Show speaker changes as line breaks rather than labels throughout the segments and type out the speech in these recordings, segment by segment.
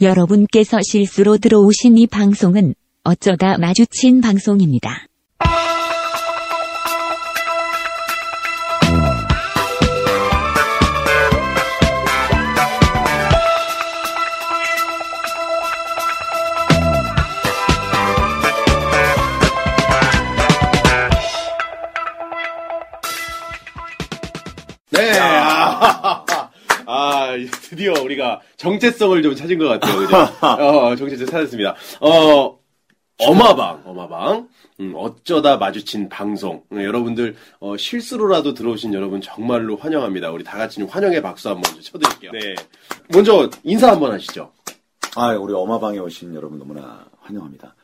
여러분께서 실수로 들어오신 이 방송은 어쩌다 마주친 방송입니다.
네. 아, 아, 드디어 우리가 정체성을 좀 찾은 것 같아요. 그죠? 어, 정체성 찾았습니다. 어, 어마방, 어마방. 음, 어쩌다 마주친 방송. 음, 여러분들, 어, 실수로라도 들어오신 여러분 정말로 환영합니다. 우리 다 같이 좀 환영의 박수 한번 좀 쳐드릴게요. 네. 먼저 인사 한번 하시죠.
아, 우리 엄마방에 오신 여러분 너무나 환영합니다.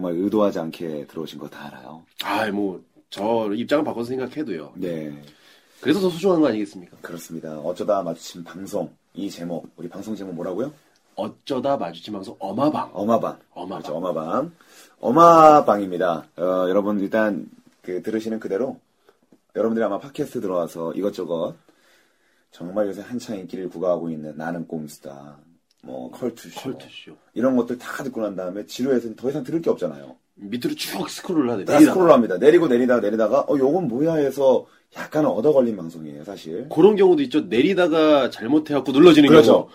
정말 의도하지 않게 들어오신 거 다 알아요.
아, 뭐, 저 입장을 바꿔서 생각해도요.
네,
그래서 더 소중한 거 아니겠습니까?
그렇습니다. 어쩌다 마주친 방송 이 제목 우리 방송 제목 뭐라고요?
어쩌다 마주친 방송 어마방.
엄마방.
어마방.
그렇죠, 엄마방. 엄마방입니다. 어, 여러분 일단 그 들으시는 그대로 여러분들이 아마 팟캐스트 들어와서 이것저것 정말 요새 한창 인기를 구가하고 있는 나는 꼼수다. 뭐 컬투쇼,
컬투쇼.
이런 것들 다 듣고 난 다음에 지루해서 더 이상 들을 게 없잖아요.
밑으로 쭉 스크롤을 하네.
다 스크롤 합니다. 내리고 내리다가 내리다가 어 요건 뭐야 해서 약간 얻어 걸린 방송이에요, 사실.
그런 경우도 있죠. 내리다가 잘못해갖고 눌러지는 경우.
그렇죠.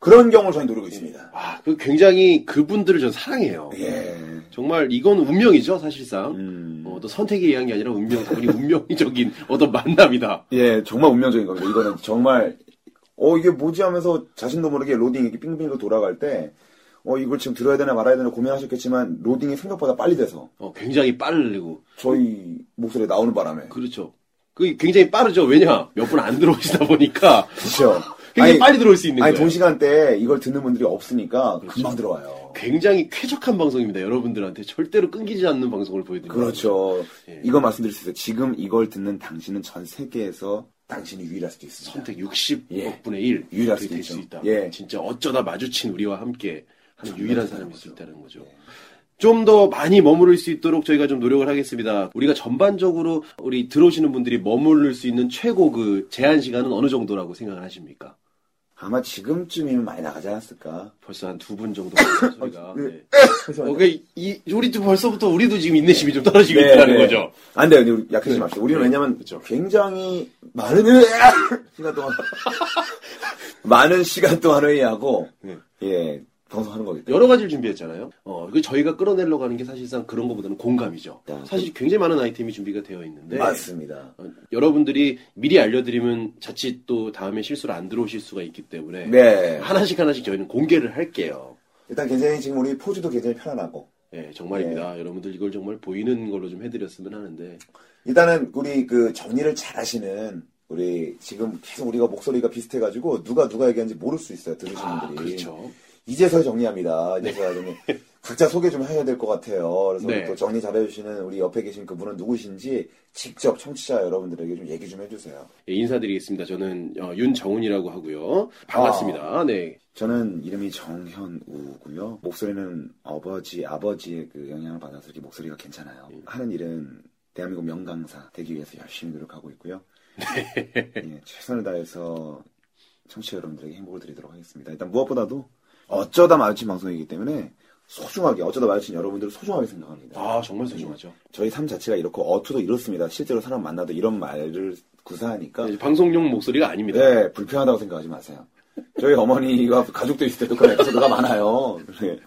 그런 경우를 저희 노리고 있습니다.
아, 그 굉장히 그분들을 전 사랑해요.
예.
정말 이건 운명이죠, 사실상.
음.
어, 또 선택에 의한 게 아니라 운명, 우리 운명적인 어떤 만남이다.
예, 정말 운명적인 겁니다. 이거는 정말 어 이게 뭐지 하면서 자신도 모르게 로딩이 이렇게 빙빙으로 돌아갈 때 어, 이걸 지금 들어야 되나 말아야 되나 고민하셨겠지만 로딩이 생각보다 빨리 돼서
어, 굉장히 빠르고.
저희 목소리 나오는 바람에
그렇죠. 그 굉장히 빠르죠. 왜냐? 몇 분 안 들어오시다 보니까
그렇죠.
굉장히 빨리 들어올 수 있는
아니
거예요.
동시간대에 이걸 듣는 분들이 없으니까 금방 들어와요.
굉장히 쾌적한 방송입니다. 여러분들한테 절대로 끊기지 않는 방송을 보여드립니다.
그렇죠.
예.
이거 말씀드릴 수 있어요. 지금 이걸 듣는 당신은 전 세계에서 당신이 유일할 수도 있습니다.
선택 60억
예.
분의 1
유일할 수도
될수
있죠.
있다.
예.
진짜 어쩌다 마주친 우리와 함께 하는 유일한 사람일 수 있다는 거죠.
예.
좀 더 많이 머무를 수 있도록 저희가 좀 노력을 하겠습니다. 우리가 전반적으로 우리 들어오시는 분들이 머무를 수 있는 최고 그 제한 시간은 어느 정도라고 생각을 하십니까?
아마 지금쯤이면 많이 나가지 않았을까.
벌써 한 두 분 정도 저희가
네.
네. 어, 그 이, 우리도 벌써부터 우리도 지금 인내심이 좀 떨어지고 있다는 거죠.
네, 안 돼요. 우리 약해지지 맙시다. 우리는
네.
왜냐면
그렇죠.
굉장히 많은 시간 동안 많은 시간 동안 회의하고
네.
예 방송하는 거기 때문에
여러 가지를 준비했잖아요. 어, 그 저희가 끌어내려고 하는 게 사실상 그런 것보다는 공감이죠.
네.
사실 굉장히 많은 아이템이 준비가 되어 있는데
맞습니다.
어, 여러분들이 미리 알려드리면 자칫 또 다음에 실수로 안 들어오실 수가 있기 때문에
네
하나씩 하나씩 저희는 공개를 할게요.
일단 굉장히 지금 우리 포즈도 굉장히 편안하고
예, 정말입니다. 여러분들 이걸 정말 보이는 걸로 좀 해드렸으면 하는데
일단은 우리 그 정리를 잘하시는 우리 지금 계속 우리가 목소리가 비슷해가지고 누가 누가 얘기하는지 모를 수 있어요 들으시는
아,
분들이
그렇죠.
이제서야 정리합니다. 이제서야 정리. 각자 소개 좀 해야 될 것 같아요. 그래서
네.
또 정리 잘해주시는 우리 옆에 계신 그분은 누구신지 직접 청취자 여러분들에게 좀 얘기 좀 해주세요.
예, 인사드리겠습니다. 저는 어, 윤정훈이라고 하고요. 반갑습니다. 네,
저는 이름이 정현우고요. 목소리는 아버지, 아버지의 그 영향을 받아서 이렇게 목소리가 괜찮아요.
예.
하는 일은 대한민국 명강사 되기 위해서 열심히 노력하고 있고요. 예, 최선을 다해서 청취자 여러분들에게 행복을 드리도록 하겠습니다. 일단 무엇보다도 어쩌다 마주친 방송이기 때문에 소중하게 어쩌다 마주친 여러분들을 소중하게 생각합니다.
아 정말 소중하죠.
저희 삶 자체가 이렇고 어투도 이렇습니다. 실제로 사람 만나도 이런 말을 구사하니까
네, 방송용 목소리가 아닙니다.
네, 불편하다고 생각하지 마세요. 저희 어머니가 가족들 있을 때도 그런 에피소드가 많아요. 네.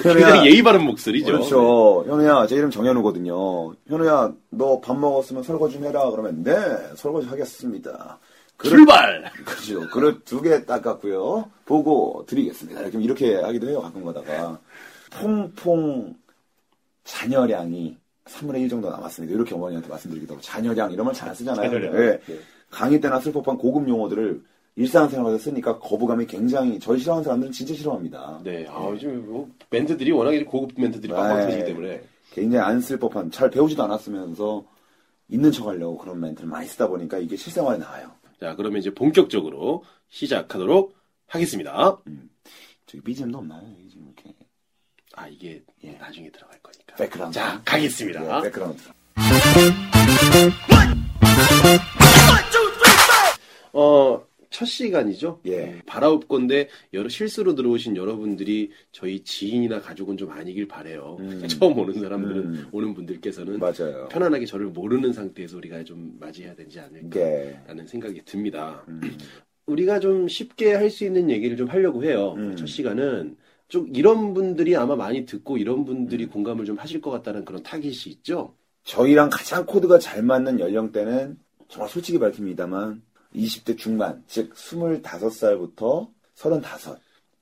굉장히 예의 바른 목소리죠. 네.
그렇죠. 현우야, 제 이름 정현우거든요. 현우야, 너 밥 먹었으면 설거지 좀 해라. 그러면 네, 설거지 하겠습니다.
네. 출발.
그렇죠. 그릇 두 개 닦았고요. 보고 드리겠습니다. 이렇게, 이렇게 하기도 해요, 가끔 가다가. 퐁퐁 잔여량이 3분의 1 정도 남았습니다. 이렇게 어머니한테 말씀드리기도 하고, 잔여량 이런 말 잘 안 쓰잖아요.
잔여량.
예. 강의 때나 쓸 법한 고급 용어들을 일상생활에서 쓰니까 거부감이 굉장히, 저희 싫어하는 사람들은 진짜 싫어합니다.
네, 아 요즘 뭐 멘트들이 워낙에 고급 멘트들이 빵빵
네.
터지기 때문에
굉장히 안 쓸 법한, 잘 배우지도 않았으면서 있는 척 하려고 그런 멘트를 많이 쓰다 보니까 이게 실생활에 나와요.
자 그러면 이제 본격적으로 시작하도록 하겠습니다.
저기 BGM도 없나요? 이게 지금 이렇게.
아 이게 나중에 들어갈 거니까.
예. 백그라운드.
자 가겠습니다.
네, 백그라운드.
어 첫 시간이죠. 음,
예.
바라올 건데 여러 실수로 들어오신 여러분들이 저희 지인이나 가족은 좀 아니길 바래요.
음.
처음 오는 사람들은
음.
오는 분들께서는
맞아요.
편안하게 저를 모르는 상태에서 우리가 좀 맞이해야 되지 않을까라는
예.
생각이 듭니다.
음.
우리가 좀 쉽게 할 수 있는 얘기를 좀 하려고 해요.
음.
첫 시간은 좀 이런 분들이 아마 많이 듣고 이런
음.
분들이 공감을 좀 하실 것 같다는 그런 타깃이 있죠.
저희랑 가장 코드가 잘 맞는 연령대는 정말 솔직히 밝힙니다만 20대 중반, 즉 25살부터 35.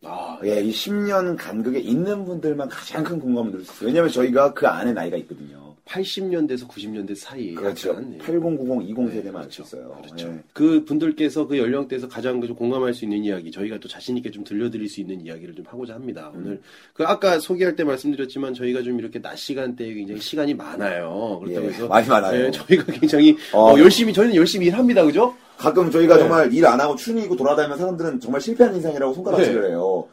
아,
예, 이 10년 간극에 있는 분들만 가장 큰 공감을 들을 수 있어요. 왜냐면 저희가 그 안에 나이가 있거든요.
80년대에서 90년대 사이
그렇죠.
약간, 예.
80, 90, 20 세대만 알
그렇죠.
수 있어요.
그렇죠.
예.
그 분들께서 그 연령대에서 가장 좀 공감할 수 있는 이야기, 저희가 또 자신 있게 좀 들려드릴 수 있는 이야기를 좀 하고자 합니다.
음.
오늘 그 아까 소개할 때 말씀드렸지만 저희가 좀 이렇게 낮 시간대에 굉장히 시간이 많아요. 그렇다고
예,
해서
많이 많아요.
예, 저희가 굉장히
어.
어, 열심히 저희는 열심히 일합니다, 그죠?
가끔 저희가
네.
정말 일 안 하고 추니 입고 돌아다니면 사람들은 정말 실패한 인상이라고 손가락질을
네.
해요.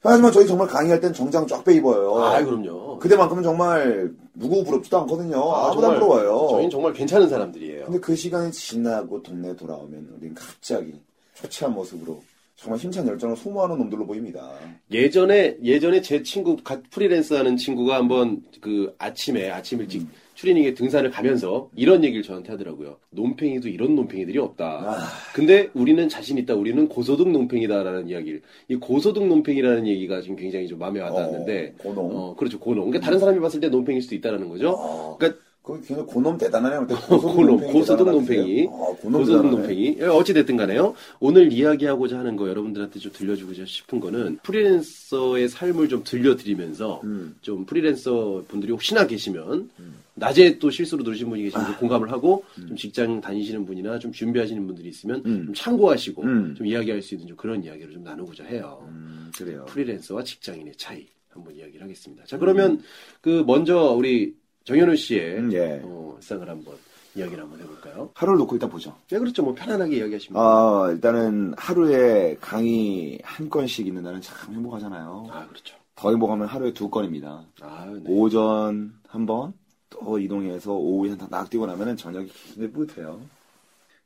하지만 저희 정말 강의할 땐 정장 쫙 빼 입어요.
아, 그럼요.
그때만큼은 정말 누구 부럽지도 않거든요.
아,
아, 무도안
정말
부러워요.
저희는 정말 괜찮은 사람들이에요.
근데 그 시간이 지나고 동네에 돌아오면 우린 갑자기 초췌한 모습으로 정말 힘찬 열정을 소모하는 놈들로 보입니다.
예전에 예전에 제 친구 갓 프리랜서 하는 친구가 한번 그 아침에 아침
음.
일찍 추리닝에 등산을 가면서 이런 얘기를 저한테 하더라고요. 논팽이도 이런 논팽이들이 없다.
아.
근데 우리는 자신 있다. 우리는 고소득 논팽이다라는 이야기를. 이 고소득 논팽이라는 얘기가 지금 굉장히 좀 마음에 와닿는데.
어, 고농.
어, 그렇죠. 고농. 그러니까 다른 사람이 봤을 때 논팽일 수도 있다라는 거죠.
아,
그러니까
거기 굉장히 고놈 대단하네요. 어, 그때
고놈, 고소득
대단하다
논팽이.
그랬어요. 아, 고놈
고소득
대단하네.
논팽이. 예, 어찌됐든 간에요. 오늘 이야기하고자 하는 거 여러분들한테 좀 들려주고 싶은 거는 프리랜서의 삶을 좀 들려드리면서
음.
좀 프리랜서 분들이 혹시나 계시면 낮에 또 실수로 들으신 분이 계시면 좀 공감을 하고 좀 직장 다니시는 분이나 좀 준비하시는 분들이 있으면
음.
좀 참고하시고
음.
좀 이야기할 수 있는 좀 그런 이야기를 좀 나누고자 해요.
음, 그래요.
프리랜서와 직장인의 차이 한번 이야기를 하겠습니다. 자 그러면 그 먼저 우리 정현우 씨의
음, 예.
어, 일상을 한번 이야기를 한번 해볼까요?
하루를 놓고 일단 보죠.
네 그렇죠. 뭐 편안하게 이야기하시면
아, 일단은 하루에 강의 한 건씩 있는 날은 참 행복하잖아요.
아 그렇죠.
더 행복하면 하루에 두 건입니다.
아 네.
오전 한 번, 또 이동해서 오후에 한탁 뛰고 나면은 저녁이 굉장히 뿌듯해요.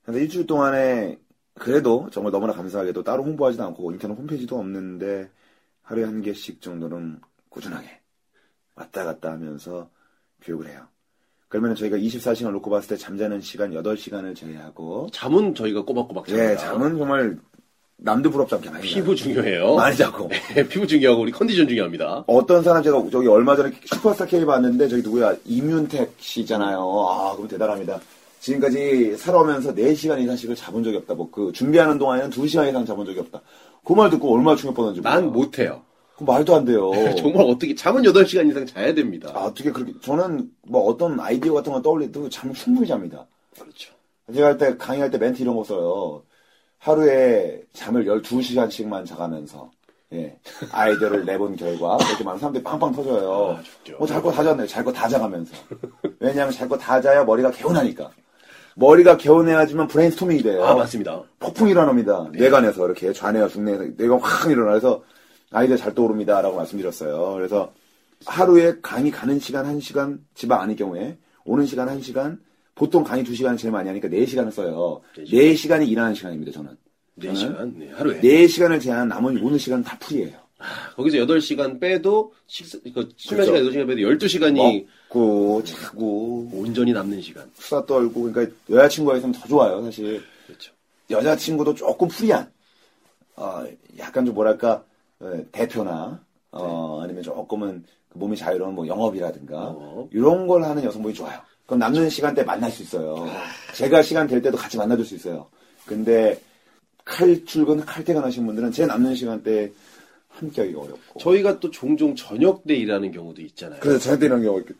근데 일주일 동안에 그래도 정말 너무나 감사하게도 따로 홍보하지도 않고 인터넷 홈페이지도 없는데 하루에 한 개씩 정도는 꾸준하게 왔다 갔다 하면서 교육을 해요. 그러면 저희가 24시간 놓고 봤을 때 잠자는 시간 8시간을 제외하고
잠은 저희가 꼬박꼬박 잡니다.
예, 잠은 정말 남도 부럽지 않게 많이
네, 피부 중요해요.
자요. 많이 자고
네, 피부 중요하고 우리 컨디션 중요합니다.
어떤 사람 제가 저기 얼마 전에 슈퍼스타 K 봤는데 저기 누구야 이윤택 씨잖아요. 아 그럼 대단합니다. 지금까지 살아오면서 4시간 이상씩을 잡은 적이 없다. 뭐 그 준비하는 동안에는 2시간 이상 잡은 적이 없다. 그 말 듣고 얼마나 충격받았는지
난
몰라.
못해요.
그 말도 안 돼요.
정말 어떻게 잠은 8시간 이상 자야 됩니다.
아, 어떻게 그렇게 저는 뭐 어떤 아이디어 같은 거 떠올려도 잠 충분히 잡니다.
그렇죠.
제가 할 때 강의할 때 멘트 이런 거 써요. 하루에 잠을 12시간씩만 자가면서 예, 아이디어를 내본 결과 이렇게 많은 사람들이 빵빵 터져요.
아, 좋죠.
뭐 잘 거 다 잤네요. 잘 거 다 자가면서. 왜냐하면 잘 거 다 자야 머리가 개운하니까. 머리가 개운해야지만 브레인스토밍이 돼요.
아, 맞습니다.
폭풍이 일어납니다.
네.
뇌관에서 이렇게 좌뇌와 중뇌에서 뇌가 확 일어나서 아이디어 잘 떠오릅니다. 라고 말씀드렸어요. 그래서 하루에 강의 가는 시간 1시간, 지방 아닐 경우에 오는 시간 1시간, 보통 강의 2시간을 제일 많이 하니까 4시간을 써요.
네 시간.
4시간이 일하는 시간입니다, 저는.
4시간, 네, 하루에.
4시간을 제한 나머지 오는 시간은 다 풀이에요.
거기서 8시간 빼도, 식사, 그,
그렇죠.
수면 시간 8시간 빼도 12시간이
먹고, 자고,
온전히 남는 시간.
수다 떨고, 그러니까 여자친구가 있으면 더 좋아요, 사실.
그렇죠.
여자친구도 조금 프리한, 어, 약간 좀 뭐랄까, 어, 대표나, 어, 아니면 조금은 그 몸이 자유로운 뭐 영업이라든가, 그렇죠.
영업.
이런 걸 하는 여성분이 좋아요. 그럼 남는 시간 때 만날 수 있어요. 제가 시간 될 때도 같이 만나줄 수 있어요. 근데 칼 출근, 칼 퇴근하신 분들은 제 남는 시간 때 함께 하기가 어렵고.
저희가 또 종종 저녁 때 일하는 경우도 있잖아요.
그래서 저한테 이런 경우가 이렇게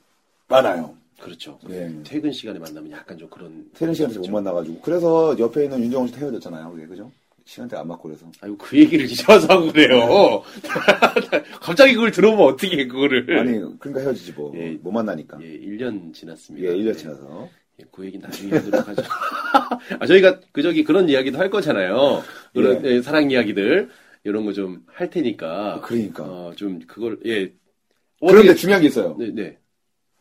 많아요.
그렇죠.
네.
퇴근 시간에 만나면 약간 좀 그런.
퇴근 시간에서
그렇죠.
못 만나가지고. 그래서 옆에 있는 윤정훈 씨 헤어졌잖아요. 그게, 그죠? 시간대가 안 맞고 그래서.
아이고, 그 얘기를 이제 와서 하고 그래요.
네.
갑자기 그걸 들어보면 어떻게 해, 그거를.
아니, 그러니까 헤어지지 뭐.
예.
못 만나니까.
예, 1년 지났습니다.
예, 1년
네.
지나서.
예, 그 얘기는 나중에 하도록 하죠. 아, 저희가 그 저기 그런 이야기도 할 거잖아요. 그런 예, 사랑 이야기들 이런 거 좀 할 테니까.
그러니까.
어, 좀 그걸 예.
그런데 중요한 게 있어요.
네, 네.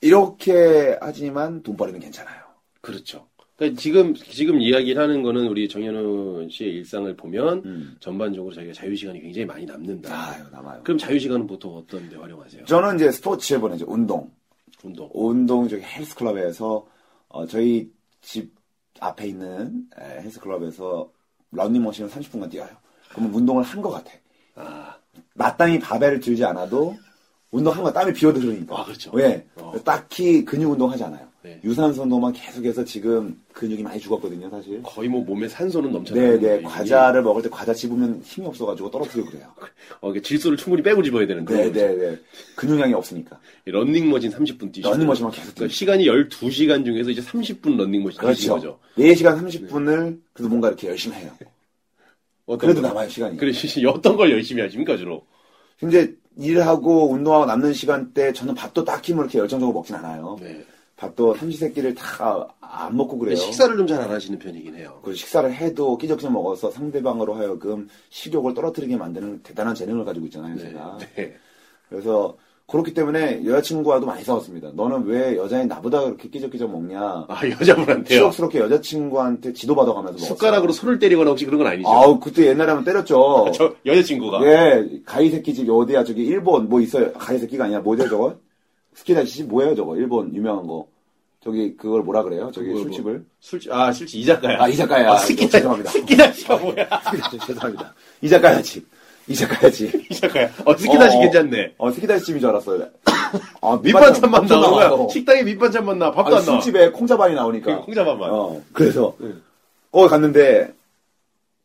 이렇게 하지만 돈벌이는 괜찮아요.
그렇죠. 그러니까 지금 지금 이야기를 하는 거는 우리 정현우 씨의 일상을 보면
음.
전반적으로 자기가 자유 시간이 굉장히 많이 남는다.
아유, 남아요.
그럼 자유 시간은 보통 어떤 데 활용하세요?
저는 이제 스포츠에 보내죠. 운동.
운동.
운동 저기 헬스클럽에서 어, 저희 집 앞에 있는 에, 헬스클럽에서 러닝머신을 30분간 뛰어요. 그러면 운동을 한 것 같아.
아,
마땅히 바벨을 들지 않아도 운동한 거 땀이 비어도 흐르니까.
아, 그렇죠.
예.
어.
딱히 근육 운동하지 않아요.
네.
유산소 운동만 계속해서 지금 근육이 많이 죽었거든요, 사실.
거의 뭐 몸에 산소는 넘쳐나는
네, 네.
거예요.
과자를 먹을 때 과자 씹으면 힘이 없어가지고 떨어뜨리고 그래요.
어, 이게 질소를 충분히 빼고 집어야 되는
네,
그런 거죠.
네, 네. 근육량이 없으니까.
이 런닝머신 30분 뛰시고.
러닝머신만 계속 뛰고.
그러니까 시간이 12시간 중에서 이제 30분 런닝머신 뛰시는
그렇죠.
거죠. 네.
4시간 30분을 그래도 뭔가 이렇게 열심히 해요.
어떤
그래도
거?
남아요, 시간이.
그래, 씨, 어떤 걸 열심히 하십니까, 주로?
근데 일하고 운동하고 남는 시간 때 저는 밥도 딱히 뭐 이렇게 열정적으로 먹진 않아요.
네.
밥도 삼시세끼를 다 안 먹고 그래요.
식사를 좀 잘 안 하시는 편이긴 해요.
그 식사를 해도 끼적끼적 먹어서 상대방으로 하여금 식욕을 떨어뜨리게 만드는 대단한 재능을 가지고 있잖아요, 제가.
네.
그래서 그렇기 때문에 여자친구와도 많이 싸웠습니다. 너는 왜 여자인 나보다 그렇게 끼적끼적 먹냐?
아, 여자분한테요?
추억스럽게 여자친구한테 지도받아가면서 먹었어요.
숟가락으로 손을 때리거나 혹시 그런 건 아니죠?
아우 그때 옛날에 하면 때렸죠.
저 여자친구가.
예, 가이세키 집 어디야 저기 일본 뭐 있어요? 가이세키가 아니야 뭐죠 저거? 스키다시 집 뭐예요 저거? 일본 유명한 거 저기 그걸 뭐라 그래요? 저기
뭐, 뭐.
술집을
술집, 아, 술집 이자카야.
아 이자카야
아, 스키다-
죄송합니다.
스키다시가 뭐야?
스키다시 죄송합니다. 이자카야 집 이자카야 집
이자카야. 어, 스키다시
어, 어.
괜찮네.
어 스키다시 집인 줄 알았어요. 아
밑반찬만 나오는 거야.
나와요.
식당에 밑반찬만 나와. 밥도
아니,
안 나와.
술집에 콩자반이 나오니까.
그 콩자반만. 네.
어 그래서
응.
어 갔는데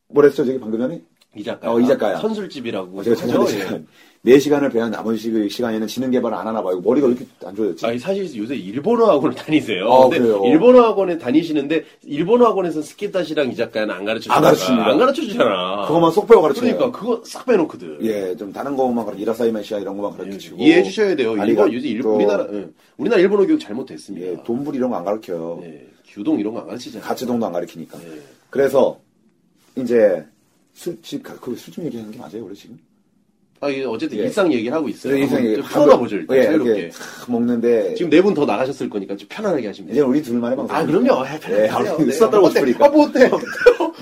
뭐랬죠 저기 방금 전에?
이자카야.
어, 이자카야.
선술집이라고.
어, 제가
하죠? 예.
죄송한데 제가 네 시간을 배운 나머지 그 시간에는 지능 개발을 안 하나 봐요. 머리가 왜 이렇게 안 좋아졌지?
아니 사실 요새 일본어 학원을 다니세요.
아,
근데
그래요?
일본어 학원에 다니시는데 일본어 학원에서 스키다시랑 이자카야는 안 가르쳐 주잖아.
안 가르칩니다.
안 가르쳐 주잖아.
그것만 쏙 빼고 가르쳐요.
어. 그러니까 그거 싹 빼놓거든.
예, 좀 다른 것만 가르 이라사이마시아 이런 것만 가르치고
예, 이해해 주셔야 돼요.
예, 아니, 그
일본 요새 일,
또-
우리나라 응. 우리나라 일본어 교육 잘못됐습니다.
예, 돈불 이런 거 안 가르쳐요.
예, 규동 이런 거 안 가르치잖아.
가치동도 안 가르치니까.
예.
그래서 이제 술집 가- 그 술집 얘기하는 게 맞아요, 원래 지금?
아, 이게 어쨌든
예.
일상 얘기를 하고 있어요.
그래서
한번
이제
좀
밥을-
풀어보죠 일단
예,
자유롭게.
이렇게 탁 먹는데
지금 네 분 더 나가셨을 거니까 좀 편안하게 하시면
이제
돼요.
우리 둘만의 방송.
아 그럼요. 아, 편하게
예,
하세요.
우리
네.
수다 떨고
어때?
싶으니까.
아, 뭐 어때요?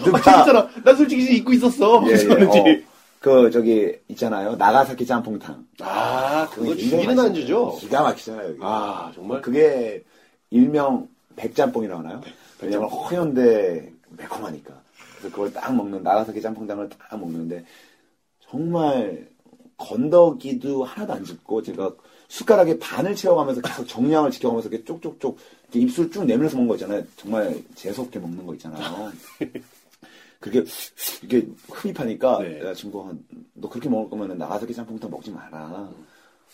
누가-
아, 재밌잖아. 난 솔직히 잊고 있었어.
예, 예.
그러는지.
어, 그 저기 있잖아요, 나가사키 짬뽕탕.
아, 그거
굉장히
죽이는
맛있어요.
안주죠.
기가 막히잖아요. 여기.
아, 정말?
그게 일명 네. 백짬뽕이라고 하나요? 왜냐면 허연데 매콤하니까. 그래서 그걸 딱 먹는 나가사키 짬뽕당을 딱 먹는데 정말 건더기도 하나도 안 짚고 제가 숟가락에 반을 채워가면서 계속 정량을 지켜가면서 이렇게 쪽쪽쪽 이렇게 입술 쭉 내밀어서 먹는 거 있잖아요. 정말 재수없게 먹는 거 있잖아요. 그게 이게 흡입하니까
네.
여자친구가 너 그렇게 먹을 거면 나가사키 짬뽕탕 먹지 마라.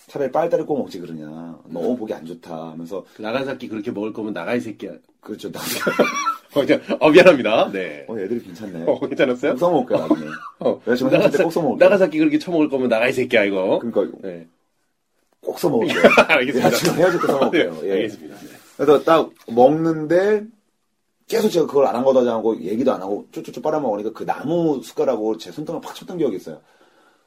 차라리 빨다를 꼭 먹지 그러냐.
음.
너무 보기 안 좋다 하면서
그 나가사키 그렇게 먹을 거면 나가 이 새끼야.
그렇죠. 나
어, 그냥- 어, 미안합니다. 네.
어, 애들이 괜찮네.
어, 괜찮았어요?
꼭 써먹을게 나중에.
어,
여자친구 한테 꼭 써먹을게.
나가사키 그렇게 처먹을 거면 나가 이 새끼야 이거.
그러니까
네.
꼭 써먹을게.
알겠습니다.
여자친구 헤어질 때 써먹을게요.
네,
예.
알겠습니다. 네.
그래서 딱 먹는데 계속 제가 그걸 안 한 거다 하고 얘기도 안 하고 쪼쪼쪼 빨아먹으니까 그 나무 숟가락으로 제 손등을 팍 쳤던 기억이 있어요.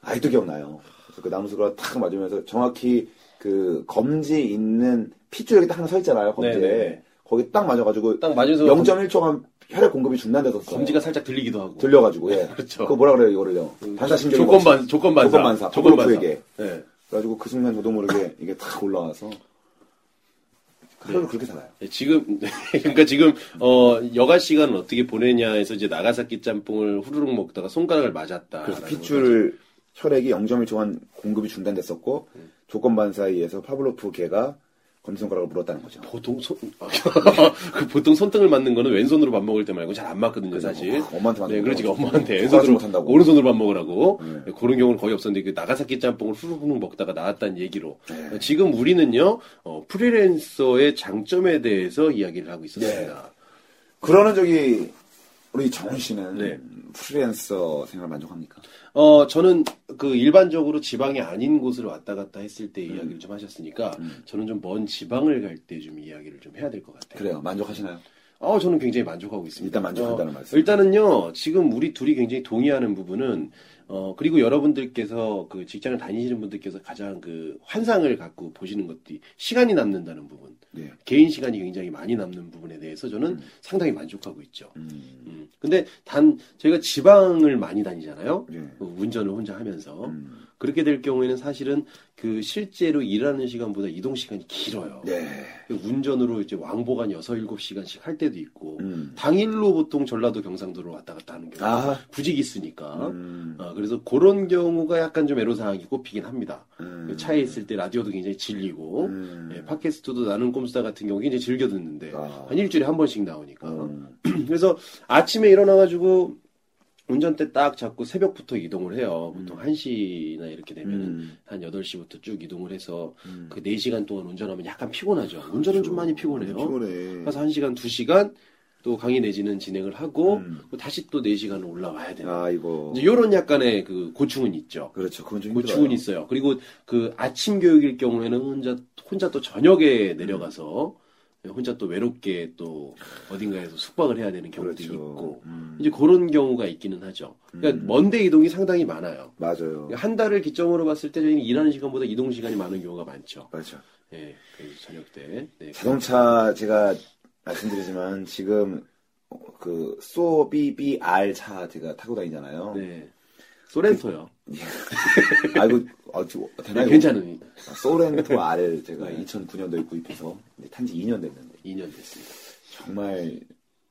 아직도 기억나요. 그래서 그 나무 숟가락 탁 맞으면서 정확히 그 검지 있는 핏줄이 딱 하나 서 있잖아요. 검지에.
네네네.
거기 딱 맞아가지고
딱 맞으면서
0.1초간 혈액 공급이 중단돼서
검지가 살짝 들리기도 하고.
들려가지고 예.
그렇죠.
그거 뭐라 그래요 이거를요. 반사신경
조건반 조건반사.
조건반사. 조건반사에게.
네.
그래가지고 그 순간 저도 모르게 이게 탁 올라와서 하루를 그렇게 살아요.
네, 지금 그러니까 지금 어 여가 시간을 어떻게 보내냐에서 이제 나가사키 짬뽕을 후루룩 먹다가 손가락을 맞았다.
그래서 핏줄 혈액이 0.1초간 공급이 중단됐었고 조건 반사에 의해서 파블로프 개가 검지손가락을 물었다는 거죠.
보통 손, 그 보통 손등을 맞는 거는 왼손으로 밥 먹을 때 말고 잘 안 맞거든요, 사실.
어, 엄마한테 맞는
네, 그러지
거라고.
엄마한테
손가락질
왼손으로
못한다고.
오른손으로 밥 먹으라고.
네.
네, 그런 경우는 거의 없었는데 그 나가사키 짬뽕을 후루룩 먹다가 나왔다는 얘기로.
네.
지금 우리는요 어, 프리랜서의 장점에 대해서 이야기를 하고
네.
있었습니다.
그러는 저기 우리 정훈 씨는
네.
프리랜서 생활 만족합니까?
어, 저는 그 일반적으로 지방이 아닌 곳을 왔다 갔다 했을 때 이야기를 좀 하셨으니까 저는 좀 먼 지방을 갈 때 좀 이야기를 좀 해야 될 것 같아요.
그래요. 만족하시나요?
아, 저는 굉장히 만족하고 있습니다.
일단 만족한다는
어,
말씀.
일단은요, 지금 우리 둘이 굉장히 동의하는 부분은 어, 그리고 여러분들께서 그 직장을 다니시는 분들께서 가장 그 환상을 갖고 보시는 것들이 시간이 남는다는 부분,
네.
개인 시간이 굉장히 많이 남는 부분에 대해서 저는 상당히 만족하고 있죠.
음,
음. 근데 단, 저희가 지방을 많이 다니잖아요.
예.
그 운전을 혼자 하면서.
음,
그렇게 될 경우에는 사실은 그 실제로 일하는 시간보다 이동 시간이 길어요.
네.
그 운전으로 이제 왕복 한 6, 7시간씩 할 때도 있고,
음.
당일로 보통 전라도 경상도로 왔다 갔다 하는 경우가
아,
부직 있으니까.
음,
아, 그래서 그런 경우가 약간 좀 애로사항이 꼽히긴 합니다. 그
음,
차에 있을 때 라디오도 굉장히 질리고,
음,
예, 팟캐스트도 나는 꼼수다 같은 경우 굉장히 즐겨 듣는데,
아.
한 일주일에 한 번씩 나오니까.
음,
그래서 아침에 일어나가지고 운전대 딱 잡고 새벽부터 이동을 해요. 보통
음.
1시나 이렇게 되면은
음,
한 8시부터 쭉 이동을 해서
음.
그
그렇죠.
4시간 동안 운전하면 약간 피곤하죠. 운전은 좀 많이 피곤해요.
네, 피곤해.
그래서 1시간, 2시간 또 강의 내지는 진행을 하고
음.
또 다시 또 4시간 올라와야 돼요.
아, 이거.
이제 요런 약간의 그 고충은 있죠.
그렇죠. 그건 좀
고충은
힘들어요.
있어요. 그리고 그 아침 교육일 경우에는 혼자 혼자 또 저녁에
음.
내려가서 혼자 또 외롭게 또 어딘가에서 숙박을 해야 되는 경우도
그렇죠.
있고
음,
이제 그런 경우가 있기는 하죠. 그러니까
음.
먼데 이동이 상당히 많아요.
맞아요.
그러니까 한 달을 기점으로 봤을 때 저희는 일하는 시간보다 이동 시간이 많은 경우가 많죠.
맞아.
예, 그래서 저녁 때 네,
자동차 제가 말씀드리지만 지금 그 소비BR 차 제가 타고 다니잖아요.
네. 소렌토요.
아이고 아, 저,
네,
대단히
괜찮은
아, 소렌토 R 제가
네.
2009년도에 구입해서 이제 탄지 2년 됐는데
2년 됐습니다.
정말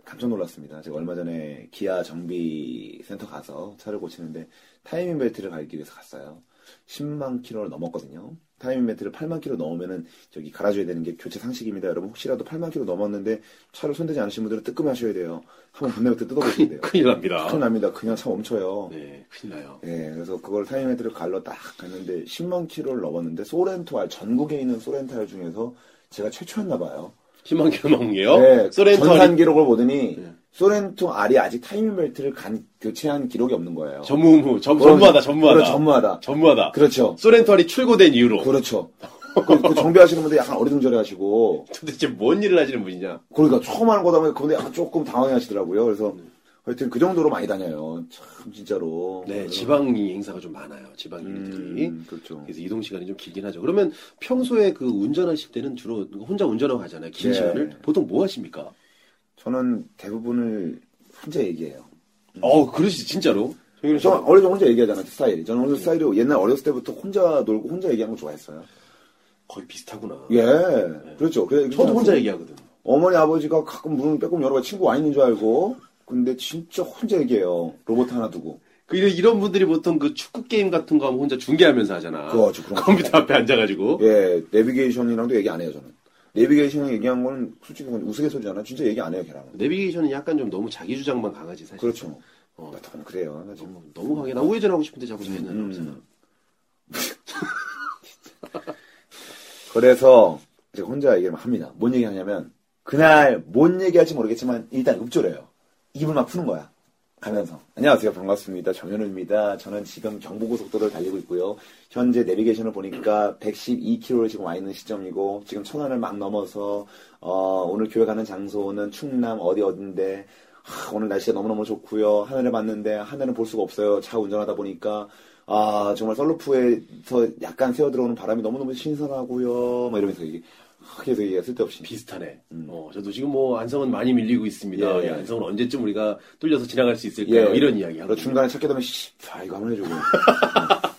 깜짝 놀랐습니다. 제가 얼마 전에 기아 정비 센터 가서 차를 고치는데 타이밍 벨트를 갈기 위해서 갔어요. 10만 킬로를 넘었거든요. 타이밍 벨트를 8만 킬로 넘으면은 저기 갈아줘야 되는 게 교체 상식입니다. 여러분 혹시라도 8만 킬로 넘었는데 차를 손대지 않으신 분들은 뜨끔 하셔야 돼요. 한번 분명히 뜯어보셔야 돼요.
큰일 납니다.
네. 큰일 납니다. 그냥 차 멈춰요.
네, 큰일 나요.
예, 그래서 그걸 타이밍 벨트를 갈러 딱 갔는데 10만 킬로를 넘었는데 소렌토 알 전국에 있는 소렌토 알 중에서 제가 최초였나 봐요.
10만 킬로 먹은 게요?
네,
어? 소렌토
전산
아니-
기록을 보더니
네.
소렌토 R이 아직 타이밍 벨트를 간- 교체한 기록이 없는 거예요.
전무무, 전,
그런-
전무하다, 전무하다.
그래, 전무하다.
전무하다.
그렇죠.
소렌토알이 출고된 이후로
그렇죠. 그, 그 정비하시는 분들 약간 어리둥절해 하시고
도대체 뭔 일을 하시는 분이냐?
그러니까 처음 하는 거다 보니까 근데 약간 조금 당황해 하시더라고요. 그래서
네.
하여튼 그 정도로 많이 다녀요. 참 진짜로.
네,
그래서-
지방 행사가 좀 많아요. 지방 일들이.
음, 그렇죠.
그래서 이동 시간이 좀 길긴 하죠. 그러면 평소에 그 운전하실 때는 주로 혼자 운전하고 가잖아요. 긴
네.
시간을 보통 뭐 하십니까?
저는 대부분을 혼자 얘기해요.
어, 그러시 진짜로? 정현우 씨.
저는 어릴 때 혼자 얘기하잖아요. 그 스타일이. 저는
네.
혼자 스타일이 옛날 어렸을 때부터 혼자 놀고 혼자 얘기하는 거 좋아했어요.
거의 비슷하구나.
예, 그렇죠. 그래,
네. 저도 혼자 얘기하거든.
어머니 아버지가 가끔 문을 빼꼼 열어봐 친구 와 있는 줄 알고 근데 진짜 혼자 얘기해요 로봇 하나 두고
그 이런, 이런 분들이 보통 그 축구 게임 같은 거 하면 혼자 중계하면서 하잖아.
그거 아주 그런 거.
컴퓨터 앞에 앉아가지고.
예 내비게이션이랑도 얘기 안 해요 저는 내비게이션 얘기한 거는 솔직히 그건 우스갯소리잖아 진짜 얘기 안 해요 걔랑은
내비게이션은 약간 좀 너무 자기 주장만 강하지 사실.
그렇죠
어.
나도 그래요 나 지금 뭐.
너무 너무 강해. 나 우회전 하고 싶은데 자꾸 우회전
음,
하고 있어.
그래서 이제 혼자 얘기를 막 합니다 뭔 얘기하냐면 그날 뭔 얘기할지 모르겠지만 일단 읊조려요 입을 막 푸는 거야 가면서 안녕하세요 반갑습니다 정현우입니다 저는 지금 경부고속도로를 달리고 있고요 현재 내비게이션을 보니까 112km를 지금 와 있는 시점이고 지금 천안을 막 넘어서 어, 오늘 교회 가는 장소는 충남 어디 어딘데 하, 오늘 날씨가 너무너무 좋고요 하늘을 봤는데 하늘은 볼 수가 없어요 차 운전하다 보니까 아 정말 썰루프에서 약간 새어 들어오는 바람이 너무너무 신선하고요 막 이러면서 이게 계속 얘기가 쓸데없이
비슷하네. 어, 저도 지금 뭐 안성은 많이 밀리고 있습니다.
음. 예, 예.
이 안성은 언제쯤 우리가 뚫려서 지나갈 수 있을까요?
예,
이런 이야기
그리고
하고.
중간에 찾게 되면 씨, 아 이거 한번 해주고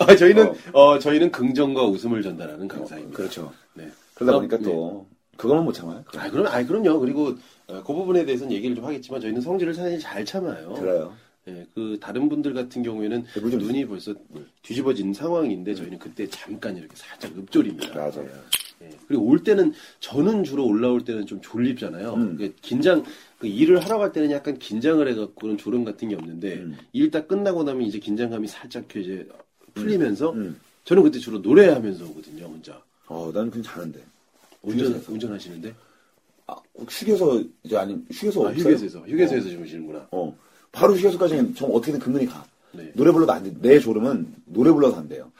아, 저희는 어. 저희는 긍정과 웃음을 전달하는 강사입니다.
그렇죠.
네.
그러다
아,
보니까 또 그거만 못 참아요.
예. 아, 그럼 아, 그럼요. 그리고 어, 그 부분에 대해서는 얘기를 좀 하겠지만 저희는 성질을 사실 잘 참아요.
들어요.
예, 그 다른 분들 같은 경우에는
네, 물좀
눈이 벌써 뒤집어진 상황인데 저희는 그때 잠깐 이렇게 살짝 읊조립니다.
맞아요.
예, 그리고 올 때는 저는 주로 올라올 때는 좀 졸립잖아요.
음.
그 긴장 그 일을 하러 갈 때는 약간 긴장을 해갖고 그런 졸음 같은 게 없는데
음.
일 다 끝나고 나면 이제 긴장감이 살짝 이제 풀리면서
음.
저는 그때 주로 노래하면서 오거든요 혼자
어, 난 그냥 자는데.
운전
휴게소에서?
운전하시는데
아, 휴게소 이제 아니 휴게소
아,
없어요?
휴게소에서 휴게소에서 주무시는구나.
어, 어. 바로 휴게소까지는 좀 어떻게든 근근히 가.
네.
노래 불러도 안 돼. 내 졸음은 노래 불러서 안 돼요.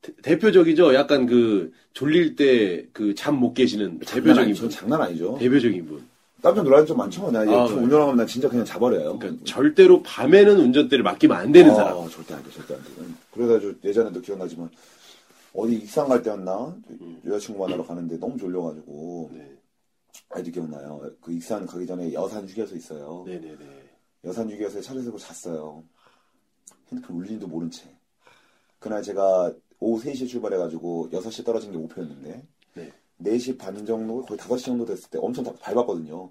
대- 대표적이죠. 약간 그 졸릴 때 그 잠 못 깨시는
장난
대표적인
아니죠.
분.
장난 아니죠.
대표적인 분.
깜짝 놀라는 적 많죠. 나 이제
아,
그
네.
운전하면 나 진짜 그냥 자버려요.
그러니까 절대로 밤에는 운전대를 맡기면 안 되는
아,
사람.
절대 안 돼, 절대 안 돼. 음. 그래서 저 예전에도 기억나지만 어디 익산 갈 때였나
음.
여자친구 만나러 가는데 너무 졸려가지고
네.
아직도 기억나요. 그 익산 가기 전에 여산 휴게소 있어요.
네네네.
여산 휴게소에 차를 세고 잤어요. 핸드폰 울리지도 모른 채. 그날 제가 오후 3시에 출발해가지고 6시에 떨어진 게 목표였는데
네.
4시 반 정도 거의 5시 정도 됐을 때 엄청 다- 밟았거든요.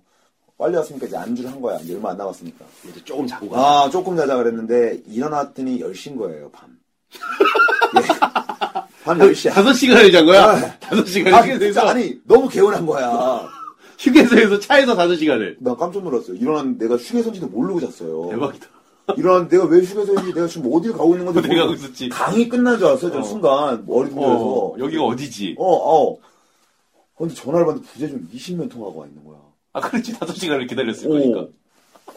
빨리 왔으니까 이제 안주를 한 거야. 이제 얼마 안 남았으니까.
이제 조금 자고 가.
아, 조금 자자 그랬는데, 일어났더니 10시인 거예요, 밤. 예.
아,
밤 10시야.
다섯 시간을 잔 거야?
아.
다섯 시간
아,
휴게소에서
진짜, 아니, 너무 개운한 거야.
휴게소에서 차에서 다섯 시간을.
난 깜짝 놀랐어요. 일어났는데 내가 휴게소인지도 모르고 잤어요.
대박이다.
일어났는데 내가 왜 휴게소인지 내가 지금 어딜 가고 있는 건지
내가
모르고.
웃었지.
강이 끝난 줄 알았어요, 저
어.
순간. 머리 돌려서.
어, 여기가 어디지?
어, 어. 근데 전화를 받는데 부재중 20몇 통화가 와 있는 거야.
아, 그렇지. 다섯 시간을 기다렸을
오.
거니까.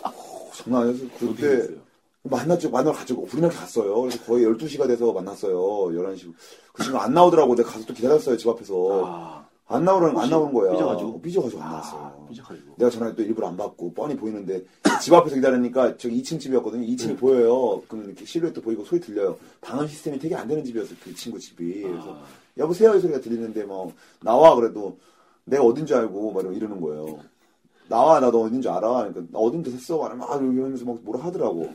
어, 장난 아니었어.
어떻게
그때
됐어요?
만났죠. 만나러 갔죠. 우리나라 갔어요. 그래서 거의 12시가 돼서 만났어요. 11시. 그 친구 안 나오더라고. 내가 가서 또 기다렸어요. 집 앞에서.
아,
안 나오는, 안
혹시
나오는 거야.
삐져가지고?
삐져가지고 안
아,
나왔어요.
삐져가지고.
내가 전화를 또 일부러 안 받고, 뻔히 보이는데, 집 앞에서 기다리니까, 저기 2층 집이었거든요. 2층이
네.
보여요. 그럼 이렇게 실루엣도 보이고 소리 들려요. 방음 시스템이 되게 안 되는 집이었어요. 그 친구 집이. 그래서,
아.
여보세요? 이 소리가 들리는데, 막, 나와. 그래도, 내가 어딘 줄 알고, 막 이러- 이러는 거예요. 나와, 나도 어딘 줄 알아. 그러니까, 나 어딘데 샜어? 막 이러면서 막 뭐라 하더라고.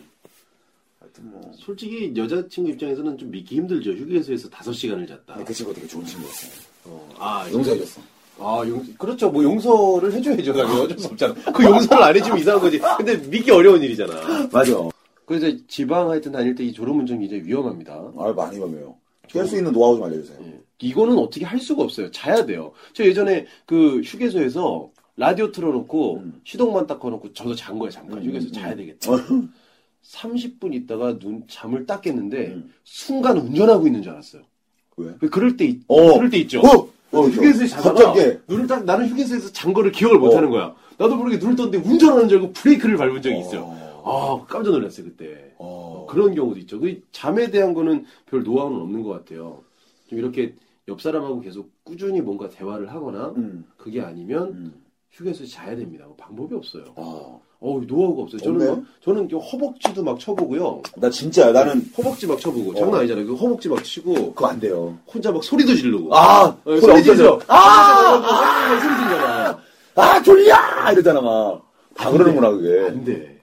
하여튼 뭐.
솔직히 여자친구 입장에서는 좀 믿기 힘들죠. 휴게소에서 다섯 시간을 잤다.
아니, 그 친구가 되게 좋은 친구였어요.
어, 아,
용서해줬어.
아, 용, 그렇죠. 뭐 용서를 해줘야죠. 당연히 어쩔 수 없잖아. 그 용서를 안 해주면 이상한 거지. 근데 믿기 어려운 일이잖아.
맞아.
그래서 지방 하여튼 다닐 때 이 졸음운전 굉장히 위험합니다.
아, 많이 범해요. 깰 수 있는 노하우 좀 알려주세요.
예. 이거는 어떻게 할 수가 없어요. 자야 돼요. 저 예전에 그 휴게소에서 라디오 틀어놓고 시동만 딱 꺼놓고 저도 잔 거예요. 잠깐
음,
휴게소
음,
자야 되겠다.
음.
30분 있다가 눈 잠을 딱 깼는데
음.
순간 운전하고 있는 줄 알았어요.
왜?
왜 그럴 때 있-
어.
그럴 때 있죠.
어!
어, 휴게소에 자다가
갑자기. 예.
눈을 딱 나는 휴게소에서 잔 거를 기억을 못
어.
하는 거야. 나도 모르게 눈을 떴는데 운전하는 줄 알고 브레이크를 밟은 적이 있어요.
어.
아 깜짝 놀랐어요 그때.
어.
그런 경우도 있죠. 그 잠에 대한 거는 별 노하우는 없는 것 같아요. 좀 이렇게 옆 사람하고 계속 꾸준히 뭔가 대화를 하거나
음.
그게 아니면
음.
휴게소에 자야 됩니다. 뭐 방법이 없어요.
어.
어우 노하우가 없어요. 저는
없네.
막- 저는 이렇게 허벅지도 막 쳐보고요.
나 진짜야. 나는
허벅지 막 쳐보고
어.
장난 아니잖아요. 그 허벅지 막 치고
그거 안 돼요.
혼자 막 소리도 지르고.
아!
어,
소리
소리
없어져.
지르죠.
아!
아, 소리 지르잖아.
아, 졸려! 이러잖아, 막. 다 그러는구나, 그게.
안 돼.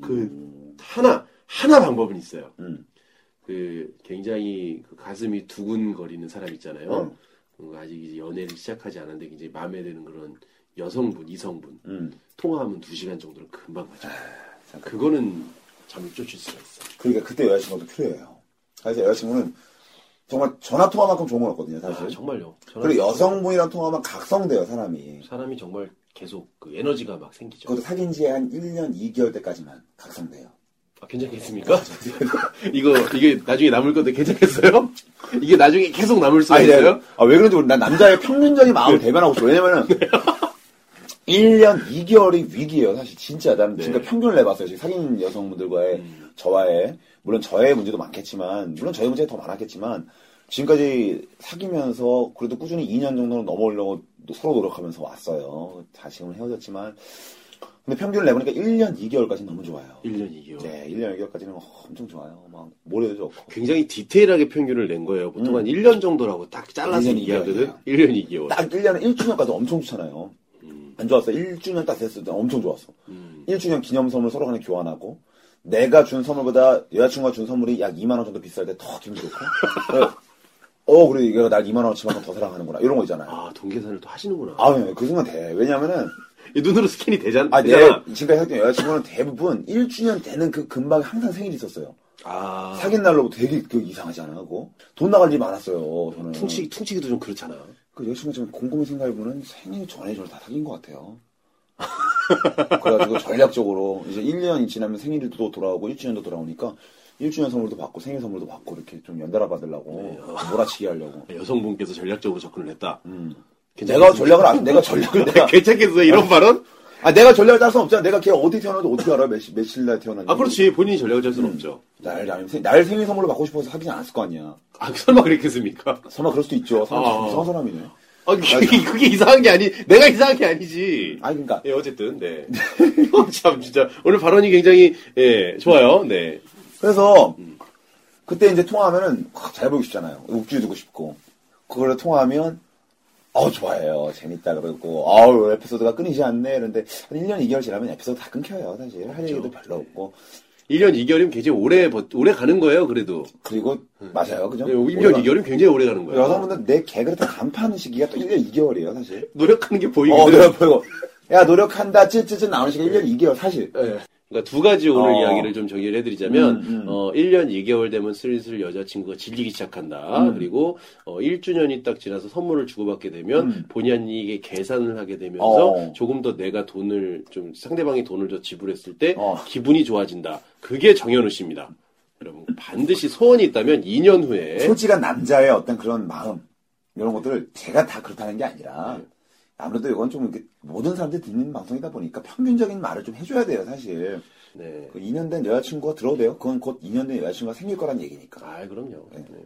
그 하나 하나 방법은 있어요.
음.
그 굉장히 그 가슴이 두근거리는 사람 있잖아요.
음.
그 아직 이제 연애를 시작하지 않았는데 굉장히 마음에 드는 그런 여성분, 이성분
음.
통화하면 두 시간 정도를 금방
아,
가죠. 그거는 잠을 쫓을 수가 있어.
그러니까 그때 여자친구도 필요해요. 사실 여자친구는 정말 전화통화만큼 좋은 거였거든요,
아,
사실.
정말요. 저는
그리고 여성분이랑 통화하면 각성돼요, 사람이.
사람이 정말 계속 그 에너지가 막 생기죠.
그것도 사귄 지 한 1년 2개월 때까지만 각성돼요.
아, 괜찮겠습니까? 이거 이게 나중에 남을 건데 괜찮겠어요? 이게 나중에 계속 남을 수가
아니,
있어요? 네.
내가, 아, 왜 그런지 모르난 남자의 평균적인 마음을 대변하고 싶어. 왜냐면은, 1년 2개월이 위기예요, 사실. 진짜. 나는
네. 음.
진짜 평균을 내봤어요. 지금 사귄 여성분들과의, 저와의, 물론 저의 문제도 많겠지만, 물론 저의 문제가 더 많았겠지만, 지금까지 사귀면서, 그래도 꾸준히 2년 정도는 넘어오려고 서로 노력하면서 왔어요. 다시금 헤어졌지만, 근데 평균을 내보니까 1년 2개월까지 너무 좋아요.
1년 2개월.
네, 1년 2개월까지는 엄청 좋아요. 막, 모래도 좋고.
굉장히 디테일하게 평균을 낸 거예요. 보통
음.
한 1년 정도라고 딱 잘라서
1년
얘기하거든.
이개월이에요.
1년 2개월.
딱 1년, 1주년까지 엄청 좋잖아요.
음,
안 좋았어. 1주년 딱 됐을 때 엄청 좋았어.
음.
1주년 기념 선물 서로 간에 교환하고, 내가 준 선물보다 여자친구가 준 선물이 약 2만원 정도 비쌀 때 더 기분 좋고, 네. 어, 그래, 이거 날 2만원 치만큼 더 사랑하는구나. 이런 거 있잖아요.
아, 동계산을 또 하시는구나.
아, 네, 그 순간 돼. 왜냐면은,
이 눈으로 스캔이 되잖아. 네.
아, 내,
되잖아.
지금까지 사귄 여자친구는 대부분 1주년 되는 그 금방에 항상 생일이 있었어요.
아,
사귄 날로 되게 그 이상하지 않아고, 돈 나갈 일이 많았어요, 저는.
퉁치기, 퉁치기도 좀 그렇잖아.
그 여자친구 지금 곰곰이 생각해보면 생일 전에 저를 다 사귄 것 같아요. 그래가지고 전략적으로 이제 1년이 지나면 생일도 또 돌아오고 1주년도 돌아오니까 1주년 선물도 받고 생일 선물도 받고 이렇게 좀 연달아 받으려고
네.
몰아치게 하려고.
여성분께서 전략적으로 접근을 했다.
음.
괜찮겠습니까? 아,
내가 전략을 안, 내가 전략을 내가
괜찮겠어요, 이런 발언?
아 내가 전략을 짤 수 없잖아. 내가 걔 어디 태어나도 어떻게 알아? 며칠 며칠 날 태어났는지.
아, 그렇지. 본인이 전략을 짤 수는 없죠.
날, 날, 생- 날 생일 선물로 받고 싶어서 사귀지 않았을 거 아니야.
아, 설마 그랬겠습니까?
설마 그럴 수도 있죠. 사람 참
아.
이상한 사람이네.
아, 그게, 그게 이상한 게 아니, 내가 이상한 게 아니지.
아 그러니까
예, 어쨌든, 네. 어, 참, 진짜. 오늘 발언이 굉장히, 예, 좋아요. 네.
그래서
음.
그때 이제 통화하면은 아, 잘 보이고 싶잖아요. 웃겨주고 싶고 그걸 통화하면 어 좋아해요. 재밌다 그러고 아우 에피소드가 끊이지 않네. 그런데 한 1년 2개월 지나면 에피소드 다 끊겨요. 사실 할 얘기도 별로 없고
1년 2개월이면 굉장히 오래, 버- 오래 가는 거예요, 그래도.
그리고 맞아요. 그죠?
예, 1년 2개월이면 굉장히 오래 가는 거예요.
여성분들 내 개그를 다 간파하는 시기가 또 1년 2개월이에요. 사실
노력하는 게 보이긴
어,
해요.
내가 보고 야 노력한다 찌찌찌 나오는 시간 1년 2개월 사실
예. 그러니까 두 가지 오늘
어.
이야기를 좀 정리를 해드리자면,
음, 음.
어, 1년 2개월 되면 슬슬 여자친구가 질리기 시작한다.
음.
그리고, 어, 1주년이 딱 지나서 선물을 주고받게 되면,
음.
본의 아니게 계산을 하게 되면서,
어.
조금 더 내가 돈을, 좀, 상대방이 돈을 더 지불했을 때,
어.
기분이 좋아진다. 그게 정현우 씨입니다. 여러분, 반드시 소원이 있다면 2년 후에,
솔직한 남자의 어떤 그런 마음 이런 것들을 제가 다 그렇다는 게 아니라 아무래도 이건 좀 이렇게 모든 사람들이 듣는 방송이다 보니까 평균적인 말을 좀 해줘야 돼요 사실
네.
그 2년 된 여자친구가 들어도 돼요 그건 곧 2년 된 여자친구가 생길 거란 얘기니까
아, 그럼요.
네.
네.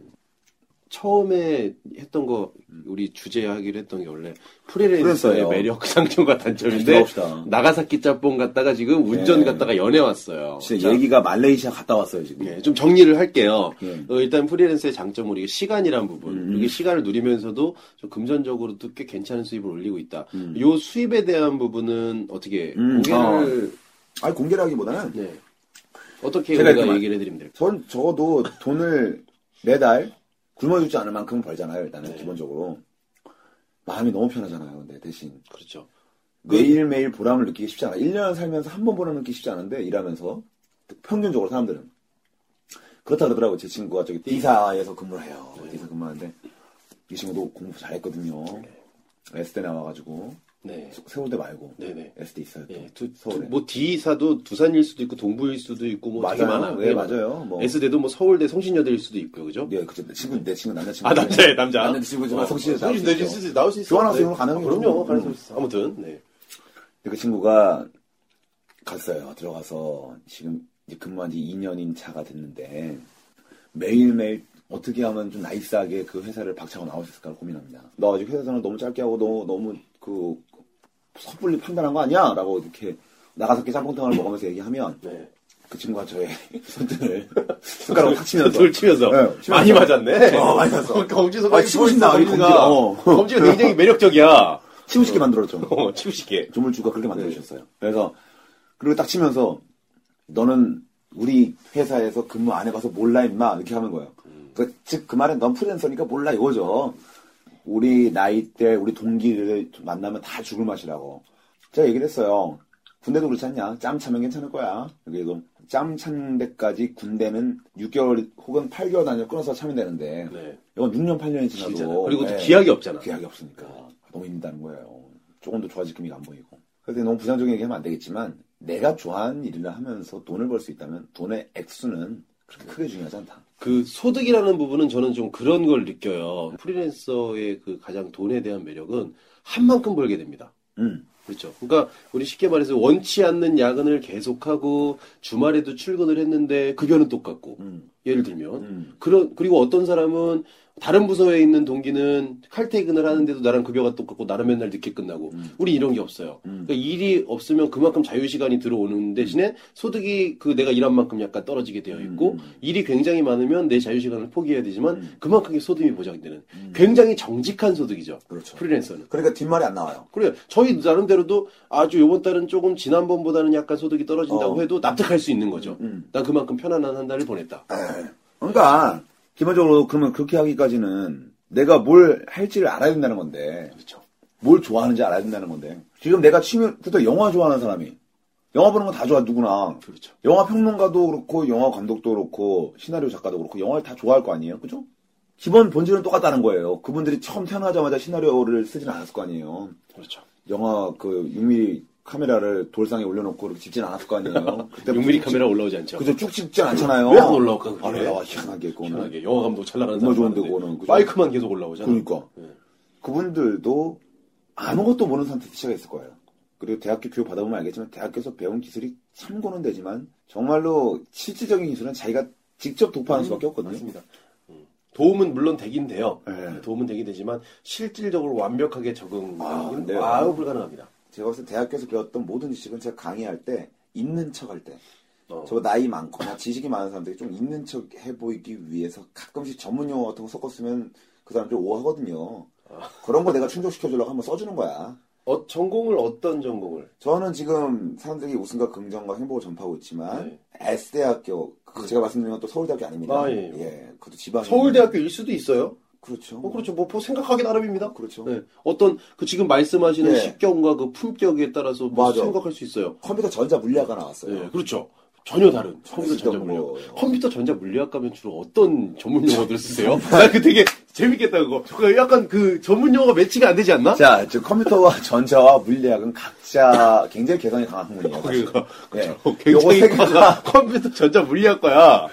처음에 했던 거 우리 주제 이야기를 했던 게 원래 프리랜서의
프리랜서예요.
매력 상점과 단점인데
들어봅시다.
나가사키 짬뽕 갔다가 지금 운전
네.
갔다가 연애 왔어요.
진짜
자,
얘기가 말레이시아 갔다 왔어요 지금
예, 좀 정리를 할게요.
예.
어, 일단 프리랜서의 장점은 이게 시간이란 부분.
음.
이게 시간을 누리면서도 좀 금전적으로도 꽤 괜찮은 수입을 올리고 있다.
음.
이 수입에 대한 부분은 어떻게
음,
공개를
아니 공개라기보다는
네. 어떻게
제가
우리가
그만-
얘기를 해드리면 될까요?
전 적어도 돈을 매달 굶어 죽지 않을 만큼 벌잖아요 일단은
네.
기본적으로 마음이 너무 편하잖아요 근데 대신
그렇죠.
매일매일 보람을 느끼기 쉽지 않아. 1년 살면서 한 번 보람을 느끼기 쉽지 않은데, 일하면서. 평균적으로 사람들은. 그렇다 그러더라고요. 제 친구가 저기 이사에서 근무를 해요.
네.
이사 근무하는데, 이 친구도 공부 잘했거든요. S대 나와가지고,
네.
세울대 말고,
네네.
S대 있어요. 또.
예, 두, 두,
서울에.
뭐 D사도 두산일 수도 있고 동부일 수도 있고 뭐 되게
맞아요.
많아.
네, 맞아요. 뭐.
S대도 뭐 서울대 성신여대일 수도 있고 그죠?
네, 그쵸. 내 친구, 내 친구, 남자친구.
아 남자예 남자. 어.
남자친구지만 성실해서 나올 수
성신여대일
있죠.
수도 있- 나올 수 있어. 네.
교환학생으로 가능해요.
그럼요.
음.
가능성 있어. 아무튼 네.
근데 그 친구가 갔어요. 들어가서 지금 이제 근무한 지 2년인 차가 됐는데 매일매일 어떻게 하면 좀 나이스하게 그 회사를 박차고 나올 수 있을까 고민합니다. 너 아직 회사 생활 너무 짧게 하고 너 너무 그 섣불리 판단한 거 아니야? 라고 이렇게 나가서 이렇게 짬뽕탕을 먹으면서 얘기하면
네.
그 친구가 저의 손등을 손가락으로 탁 치면서
돌 치면서
네, 치면서.
많이 맞았네.
어, 많이 맞았어.
검지
아, 치고 싶나, 이 검지가. 어.
검지가 굉장히 매력적이야.
치고 싶게 만들었죠.
어, 치고 싶게.
조물주가
네.
그렇게 만드셨어요. 그래서 그리고 딱 치면서 너는 우리 회사에서 근무 안 해봐서 몰라 임마 이렇게 하는 거예요.
음.
그, 즉 그 말은 넌 프리랜서니까 몰라 이거죠. 우리 나이 때 우리 동기를 좀 만나면 다 죽을 맛이라고 제가 얘기를 했어요. 군대도 그렇지 않냐? 짬 차면 괜찮을 거야. 그래도 짬 찬 데까지 군대는 6개월 혹은 8개월 단위로 끊어서 차면 되는데
네.
이건 6년 8년이 지나도
길잖아. 그리고 또
네.
기약이 없잖아.
기약이 없으니까 너무 힘들다는 거예요. 조금도 좋아질 기미가 안 보이고. 그래서 너무 부정적인 얘기하면 안 되겠지만 내가 좋아하는 일을 하면서 돈을 벌 수 있다면 돈의 액수는 그렇게 크게 중요하지 않다.
그 소득이라는 부분은 저는 좀 그런 걸 느껴요. 프리랜서의 그 가장 돈에 대한 매력은 한 만큼 벌게 됩니다.
음.
그렇죠. 그러니까 우리 쉽게 말해서 원치 않는 야근을 계속하고 주말에도 출근을 했는데 급여는 똑같고
음.
예를 들면
음.
그런 그리고 어떤 사람은 다른 부서에 있는 동기는 칼퇴근을 하는데도 나랑 급여가 똑같고 나는 맨날 늦게 끝나고
음.
우리 이런 게 없어요.
음.
그러니까 일이 없으면 그만큼 자유 시간이 들어오는 대신에 소득이 그 내가 일한 만큼 약간 떨어지게 되어 있고
음.
일이 굉장히 많으면 내 자유 시간을 포기해야 되지만
음.
그만큼의 소득이 보장되는
음.
굉장히 정직한 소득이죠.
그렇죠.
프리랜서는.
그러니까 뒷말이 안 나와요.
그래요. 저희 나름대로도 아주 요번 달은 조금 지난번보다는 약간 소득이 떨어진다고
어.
해도 납득할 수 있는 거죠.
음.
난 그만큼 편안한 한 달을 보냈다.
그러니까 기본적으로 그러면 그렇게 하기까지는 내가 뭘 할지를 알아야 된다는 건데
그렇죠.
뭘 좋아하는지 알아야 된다는 건데 지금 내가 취미부터 영화 좋아하는 사람이 영화 보는 거 다 좋아 누구나
그렇죠.
영화 평론가도 그렇고 영화 감독도 그렇고 시나리오 작가도 그렇고 영화를 다 좋아할 거 아니에요, 그죠? 기본 본질은 똑같다는 거예요. 그분들이 처음 태어나자마자 시나리오를 쓰진 않았을 거 아니에요.
그렇죠.
영화 그 6mm 카메라를 돌상에 올려놓고 이렇게 찍진 않았을 거 아니에요. 그때
6mm
쭉
카메라 올라오지 않죠.
그죠? 쭉 찍진 않잖아요.
왜안 올라올까, 그게?
안 올라와 희한하게 그거는.
편하게 영화 감독 잘 나가는
너무
사람
좋은데,
많은데
그거는. 그죠?
마이크만 계속 올라오잖아.
그러니까
네.
그분들도 아무것도 모르는 상태에서 시작했을 거예요. 그리고 대학교 교육 받아보면 알겠지만 대학교에서 배운 기술이 참고는 되지만 정말로 실질적인 기술은 자기가 직접 도파하는 수밖에 없거든요.
맞습니다. 음. 도움은 물론 되긴 돼요.
네.
도움은 되긴 되지만 실질적으로 완벽하게 적응은
아,
예. 아,
네.
아유 불가능합니다.
제가 봤을 때 대학교에서 배웠던 모든 지식은 제가 강의할 때 있는 척 할 때.
어.
저 나이 많거나 지식이 많은 사람들이 좀 있는 척 해보이기 위해서 가끔씩 전문 용어 같은 거 섞었으면 그 사람들이 오하거든요. 그런 거 내가 충족시켜주려고 한번 써주는 거야.
어, 전공을 어떤 전공을?
저는 지금 사람들이 웃음과 긍정과 행복을 전파하고 있지만 S대학교 그 제가 말씀드린 건 또 서울대학교 아닙니다.
네. 아, 예.
그것도 지방
서울대학교일 수도 있어요.
그렇죠.
뭐 그렇죠. 뭐 생각하기 나름입니다.
그렇죠.
네. 어떤 그 지금 말씀하시는
네.
식견과 그 품격에 따라서 뭐
맞아.
생각할 수 있어요.
컴퓨터 전자 물리학과 나왔어요. 네,
네, 그렇죠. 전혀 다른 컴퓨터
쓰던
전자 물리학.
거예요.
컴퓨터 전자 물리학 가면 주로 어떤 전문 용어들 쓰세요? 나 그 되게 재밌겠다 그거. 그 약간 그 전문 용어가 매치가 안 되지 않나?
자, 저 컴퓨터와 전자와 물리학은 각자 굉장히 개성이 강한 학문이에요. 사실.
그러니까
네. 요거
굉장히
세 개가
과가 컴퓨터 전자 물리학과야.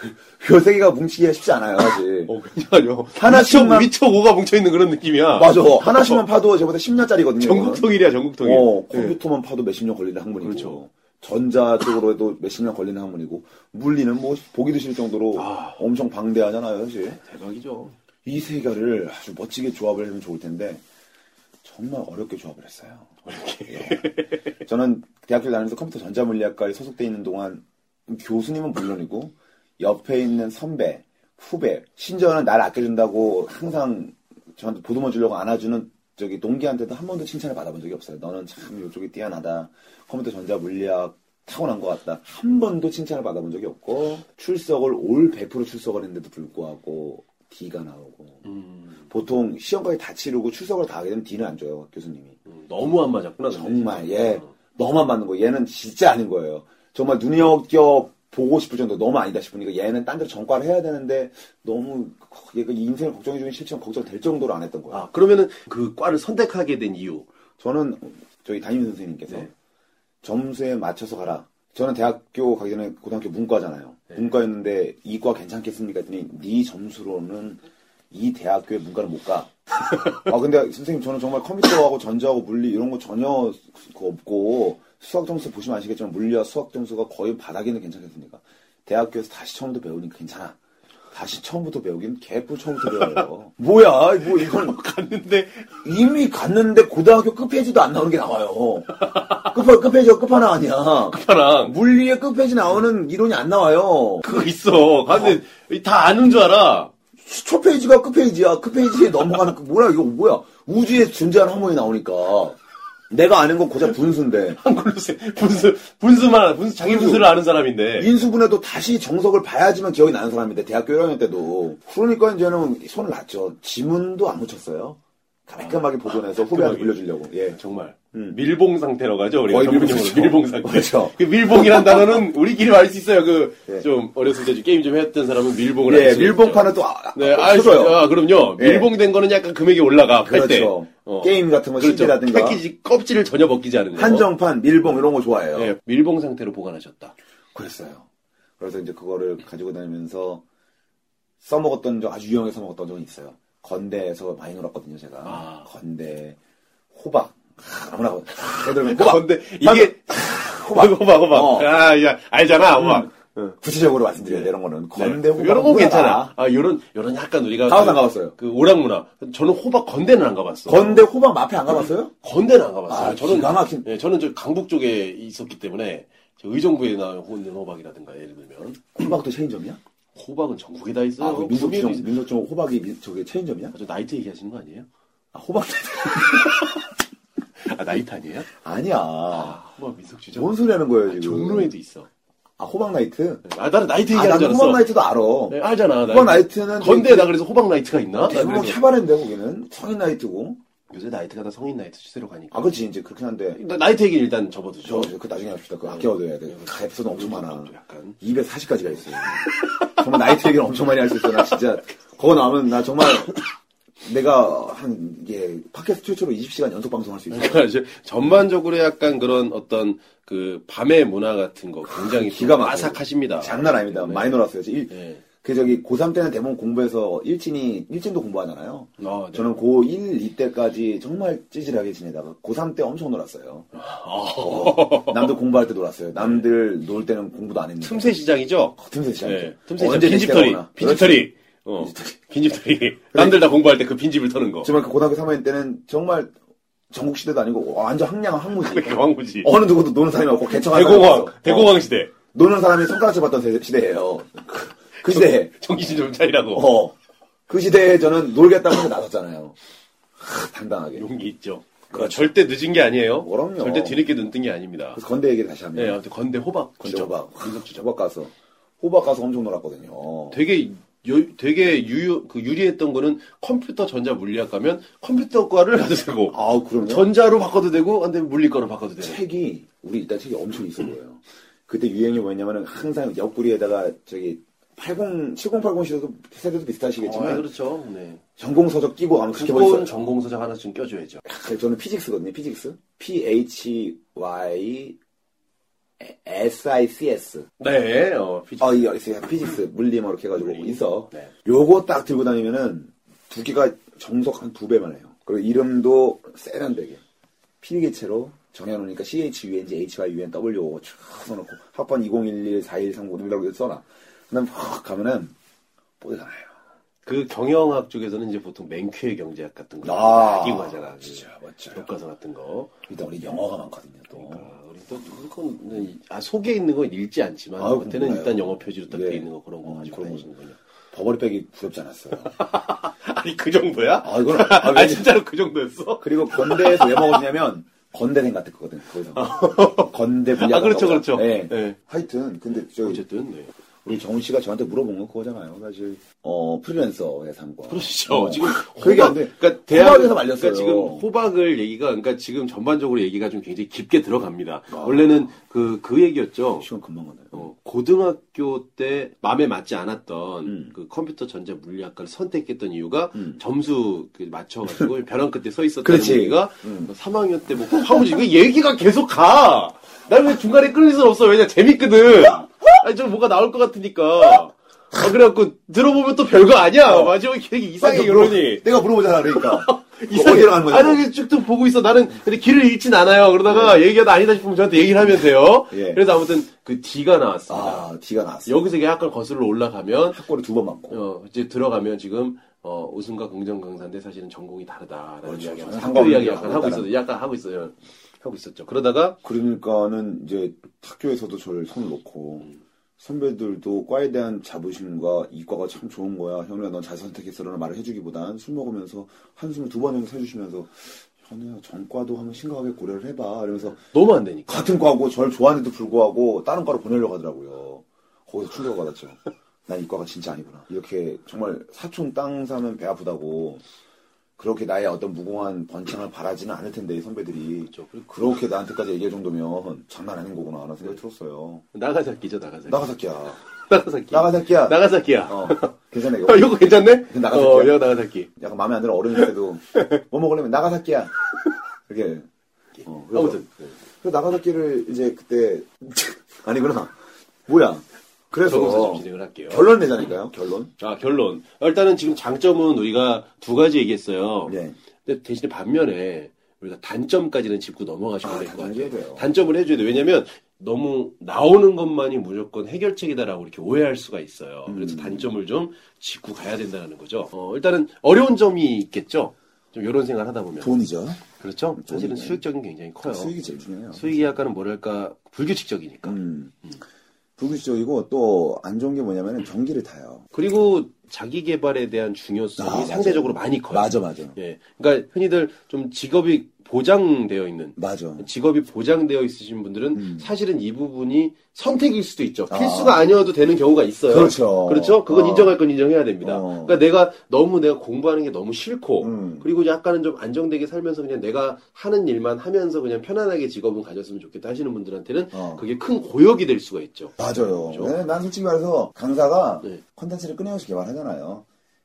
요세 개가 뭉치기가 쉽지 않아요, 사실.
어, 그냥요.
하나씩만-
미처 고가 뭉쳐 있는 그런 느낌이야.
맞아. 하나씩만 파도 저보다 10년짜리거든요.
어, 전국통일이야, 전국통일.
어,
네.
컴퓨터만 파도 몇십 년 걸리는 학문이고.
그렇죠.
전자 쪽으로 해도 몇십 년 걸리는 학문이고. 물리는 뭐 보기도 싫을 정도로
아.
엄청 방대하잖아요, 사실.
대박이죠.
이 세 개를 아주 멋지게 조합을 하면 좋을 텐데 정말 어렵게 조합을 했어요. 예. 저는 대학교 다니면서 컴퓨터 전자물리학과에 소속돼 있는 동안 교수님은 물론이고 옆에 있는 선배, 후배, 심지어는 날 아껴준다고 항상 저한테 보듬어 주려고 안아주는 저기 동기한테도 한 번도 칭찬을 받아본 적이 없어요. 너는 참 이쪽이 뛰어나다. 컴퓨터 전자물리학 타고난 것 같다. 한 번도 칭찬을 받아본 적이 없고 출석을 올 100% 출석을 했는데도 불구하고 D가 나오고
음,
보통 시험까지 다 치르고 출석을 다 하게 되면 D는 안 줘요 교수님이
음, 너무 안 맞았구나. 근데.
정말 얘 너만 맞는 거예요 얘는 진짜 아닌 거예요 정말 눈여겨 보고 싶을 정도 너무 아니다 싶으니까 얘는 딴 데로 전과를 해야 되는데 너무 얘가 인생을 걱정해 주는 실체는 걱정될 정도로 안 했던 거예요
아, 그러면은 그 과를 선택하게 된 이유.
저는 저희 담임 선생님께서
네.
점수에 맞춰서 가라. 저는 대학교 가기 전에 고등학교 문과잖아요.
네.
문과였는데 이과 괜찮겠습니까? 했더니 네 점수로는 이 대학교에 문과를 못 가. 아 근데 선생님 저는 정말 컴퓨터하고 전자하고 물리 이런 거 전혀 그 없고 수학 점수 보시면 아시겠지만 물리와 수학 점수가 거의 바닥에는 괜찮겠습니까? 대학교에서 다시 처음부터 배우니까 괜찮아. 다시 처음부터 배우긴 개뿔 처음부터 배워요. 뭐야 뭐 이건
갔는데,
이미 갔는데 고등학교 끝페이지도 안 나오는 게 나와요. 끝, 끝페이지가 끝판왕 아니야.
파랑.
물리의 끝페이지 나오는 이론이 안 나와요.
뭐 그거 있어. 갔는데, 다 아는 줄 알아.
초페이지가 끝페이지야. 끝페이지에 넘어가는, 그 뭐야, 이거 뭐야. 우주에 존재하는 하모니 나오니까. 내가 아는 건 고작 분수인데.
한글로 세, 분수, 분수만, 알아. 분수, 자기 분수를 아는 사람인데.
인수분해도 다시 정석을 봐야지만 기억이 나는 사람인데, 대학교 1학년 때도. 그러니까 이제는 손을 놨죠. 지문도 안 묻혔어요. 깔끔하게 보존해서 후배한테 빌려주려고. 예.
정말.
음.
밀봉 상태라고 하죠, 우리가.
거의
전문용어로
밀봉이죠.
밀봉 상태.
그렇죠.
그 밀봉이란 단어는 우리끼리 알 수 있어요. 그,
예.
좀, 어렸을 때 게임 좀 했던 사람은 밀봉을
예,
알수 있죠.
밀봉판은 또, 아,
네,
아,
아,
쳐줘요.
아, 그럼요.
예.
밀봉된 거는 약간 금액이 올라가. 팔 때.
그렇죠.
어.
게임 같은 거
그렇죠.
CD라든가
패키지 껍질을 전혀 벗기지 않은 거.
한정판, 밀봉 이런 거 좋아해요.
예, 밀봉 상태로 보관하셨다.
그랬어요. 그래서 이제 그거를 가지고 다니면서 써먹었던 적 아주 유용해 써먹었던 적은 있어요. 건대에서 많이 놀았거든요, 제가.
아.
건대 호박 아, 아무나 애들 호박
아, 근데 이게 호박 호박 호박.
어.
아, 야, 알잖아, 호박.
구체적으로 말씀드려야 돼, 이런 거는 건대 호박
네. 이런 거 괜찮아. 아, 요런 요런 약간 우리가
가봤어, 안
그-
가봤어요?
그 오락 문화. 저는 호박 건대는 안 가봤어.
건대 호박 마페 안 가봤어요?
건대는 안 가봤어요.
아,
저는
기가 막힌-
예, 저는 저 강북 쪽에 있었기 때문에 저 의정부에 나오는 호박이라든가 예를 들면
호박도 체인점이야?
호박은 전국에 다 있어요.
아, 그 민속촌
구미에도 있-
민속촌 호박이 민- 저게 체인점이야?
아, 저 나이트 얘기하시는 거 아니에요?
아, 호박
아, 나이트 아니에요?
아니야.
아, 호박 민속주죠.
뭔 소리 하는 거예요,
아,
지금?
종로에도 있어.
아, 호박 나이트?
아, 나는 나이트
아,
얘기하는 줄
나는
알았어.
호박 나이트도 알아.
네, 아, 알잖아.
호박 나이트는
건데 나 그래서 호박 나이트가 있나? 나
대부분
그래서
캐바레인데 거기는 성인 나이트고.
요새 나이트가 다 성인 나이트 시세로 가니까.
아, 그렇지 이제 그렇긴 한데.
나- 나이트 얘기는 일단 접어두죠.
저, 저, 그 나중에 합시다. 그 아껴둬야 돼. 다 에피소드 엄청 많아.
약간.
240까지가 있어요. 정말 나이트 얘기를 엄청 많이 할 수 있어. 나 진짜. 그거 나오면 나 정말 내가 한, 이게, 팟캐스트 최초로 20시간 연속 방송할 수 있어.
그러니까 이제 전반적으로 약간 그런 어떤 그 밤의 문화 같은 거 굉장히
기가
좀
막혀.
아삭하십니다.
장난 아닙니다. 많이 놀았어요. 저 일-
네.
그 저기 고3 때는 대부분 공부해서 일진이, 일진도 공부하잖아요.
아, 네.
저는 고1, 2때까지 정말 찌질하게 지내다가 고3 때 엄청 놀았어요. 어, 남들 공부할 때 놀았어요. 남들 놀 때는 공부도 안 했는데. 어,
틈새 시장이죠.
틈새 시장.
네, 틈새 시장.
어, 언제
빈집털이.
낚시하거나. 그렇죠.
빈집털이. 어.
빈집털이. 네.
빈집털이. 남들 다 공부할 때 그 빈집을 터는 거.
정말 그 고등학교 3학년 때는 정말 전국시대도 아니고 완전 황량한 항무지.
왕구지.
어느 누구도 노는 사람이 없고 개척한 사람이
그러니까. 대공황.
없어. 어,
대공황 시대.
노는 사람이 손가락질 받던 세- 시대예요. 그 시대에.
정신 좀 차리라고.
어. 그 시대에 저는 놀겠다고 해서 나섰잖아요. 하, 당당하게.
용기 있죠. 그러니까 절대 늦은 게 아니에요.
그럼요.
절대 뒤늦게 눈뜬 게 아닙니다.
그렇죠. 그래서 건대 얘기를 다시 하면.
네, 아무튼 건대 호박.
건대
진짜.
호박. 호박 가서. 호박 가서 엄청 놀았거든요.
되게 유, 되게 유유 그 유리했던 거는 컴퓨터 전자 물리학 가면 컴퓨터과를 가도 되고
아우, 그럼요.
전자로 바꿔도 되고 안 되면 물리과로 바꿔도 되고
책이 우리 일단 책이 엄청 있어 보여요. 그때 유행이 뭐였냐면은 항상 옆구리에다가 저기 80, 7080 시대도 세대도 비슷하시겠지만
아, 그렇죠. 네.
어, 전공 서적 끼고 아무 그렇게 보있
두꺼운
어요 아,
전공서적 하나쯤 껴줘야죠.
저는 피직스거든요. 피직스. P H Y S I C S.
네, 어, 피지.
아, 이 피직스 물리 뭐 이렇게 해가지고
물리.
있어.
네.
요거 딱 들고 다니면은 두께가 정석 한 두 배만 해요. 그리고 이름도 세련되게 필기체로 정해놓으니까 CHUNG, HYUN, WO 쭉 써놓고 학번 2011, 4139 이라고 써놔. 그다음 확 가면은 뽀대가 나요.
그 경영학 쪽에서는 이제 보통 맹쾌의 경제학 같은 거
아,
끼고 하잖아.
진짜 멋져요.
교과서 같은 거.
일단 우리 영어가 많거든요. 또
아, 우리 또 그건 아 속에 있는 건 읽지 않지만
아유,
겉에는
몰라요.
일단 영어 표지로 딱 돼
예.
있는 거 그런 거
음,
가지고
그런 거.
다니시는군요.
버버리 백이 부럽지 않았어요.
아니 그 정도야?
아 이건 아,
아니, 진짜로 그 정도였어?
그리고 건대에서 왜 먹었냐면 건대생 같았거든. 거기서 건대 분야.
아, 그렇죠, 그렇죠.
예.
네.
하여튼 근데 저
어쨌든 네.
우리 정훈 씨가 저한테 물어본 건 그거잖아요. 사실 어 프리랜서의 삶과
그렇죠.
어.
지금
그게
호박,
안 돼.
그러니까 대학
호박에서 말렸어요.
그러니까 지금 호박을 얘기가 그러니까 지금 전반적으로 얘기가 좀 굉장히 깊게 들어갑니다. 원래는 그 그 얘기였죠.
시간 금방 가나요.
어, 고등학교 때 마음에 맞지 않았던
음.
그 컴퓨터 전자 물리학과를 선택했던 이유가
음.
점수 그 맞춰가지고 벼랑 끝에 서 있었다는
그렇지.
얘기가
음.
3학년 때 먹고 하고 이거 얘기가 계속 가. 난 왜 중간에 끊을 수 없어. 왜냐 재밌거든. 아니 좀 뭐가 나올 것 같으니까. 아, 그래갖고 들어보면 또 별거 아니야. 마지막에 되게 이상해
아니,
결론이.
내가 물어보잖아 그러니까
이상해.
어디로 하는 거냐
아니 이렇게 쭉 보고 있어. 나는 근데 길을 잃진 않아요. 그러다가 얘기가 아니다 싶으면 저한테 얘기를 하면 돼요.
네. 예.
그래서 아무튼 그 D가 나왔습니다.
아 D가 나왔어
여기서 이게 약간 거슬러 올라가면
학고를 두 번 맞고
어, 이제 들어가면 지금 어, 오승과 긍정 강사인데 사실은 전공이 다르다라는
그렇죠.
이야기 학교
상관없는
이야기
거야,
약간 하고
그거는.
있었 약간 하고 있어요 하고 있었죠. 그러다가
그러니까는 이제 학교에서도 저를 손을 놓고 선배들도 과에 대한 자부심과 이과가 참 좋은 거야 형이야 넌 잘 선택했어라는 말을 해주기보단 술 먹으면서 한숨을 두 번 정도 해주시면서 현우야 전과도 한번 심각하게 고려를 해봐 이러면서
너무 안 되니까
같은 과고 저를 좋아하는데도 불구하고 다른 과로 보내려고 하더라고요. 거기서 충격을 받았죠. 난 이과가 진짜 아니구나. 이렇게 정말 사촌 땅 사면 배 아프다고 그렇게 나의 어떤 무공한 번창을 바라지는 않을 텐데 선배들이
그렇죠. 그리고
그렇게 나한테까지 얘기할 정도면 장난 아닌 거구나 하는 생각이 들었어요.
나가사키죠 나가사키
나가사키야.
나가사키
나가사키야.
네. 나가사키야.
어, 괜찮아 이거.
어, 이거 괜찮네.
나가사키야.
어, 이거 나가사키.
약간 마음에 안 들어 어른일 때도 뭐 먹으려면 나가사키야. 이렇게. 어, 그래서
아무튼 네.
그래서 나가사키를 이제 그때 아니구나 뭐야
저거서
그래서
좀 진행을 할게요.
결론 내자니까요 결론
아 결론. 일단은 지금 장점은 우리가 두 가지 얘기했어요.
네
근데 대신에 반면에 우리가 단점까지는 짚고 넘어가시면
아,
될 것
단점을
같아요.
해야 돼요.
단점을 해줘야 돼요. 왜냐면 너무 나오는 것만이 무조건 해결책이다라고 이렇게 오해할 수가 있어요.
음.
그래서 단점을 좀 짚고 가야 된다는 거죠. 어, 일단은 어려운 점이 있겠죠. 좀 이런 생각을 하다 보면.
돈이죠
그렇죠. 사실은
돈이네.
수익적인 게 굉장히 커요.
수익이 제일 중요해요
수익이약과는 뭐랄까 불규칙적이니까.
음 불규칙적이고 또 안 좋은 게 뭐냐면 전기를 타요
그리고 자기 개발에 대한 중요성이
아, 맞아.
상대적으로 많이 커요.
맞아 맞아
예. 그러니까 흔히들 좀 직업이 보장되어 있는
맞아
직업이 보장되어 있으신 분들은
음.
사실은 이 부분이 선택일 수도 있죠.
아.
필수가 아니어도 되는 경우가 있어요.
그렇죠.
그렇죠? 그건
어.
인정할 건 인정해야 됩니다.
어.
그러니까 내가 너무 내가 공부하는 게 너무 싫고,
음.
그리고 약간은 좀 안정되게 살면서 그냥 내가 하는 일만 하면서 그냥 편안하게 직업은 가졌으면 좋겠다 하시는 분들한테는
어.
그게 큰 고역이 될 수가 있죠.
맞아요 네.
그렇죠.
왜냐면 난 솔직히 말해서 강사가
네.
컨텐츠를 끊임없이 개발하잖아요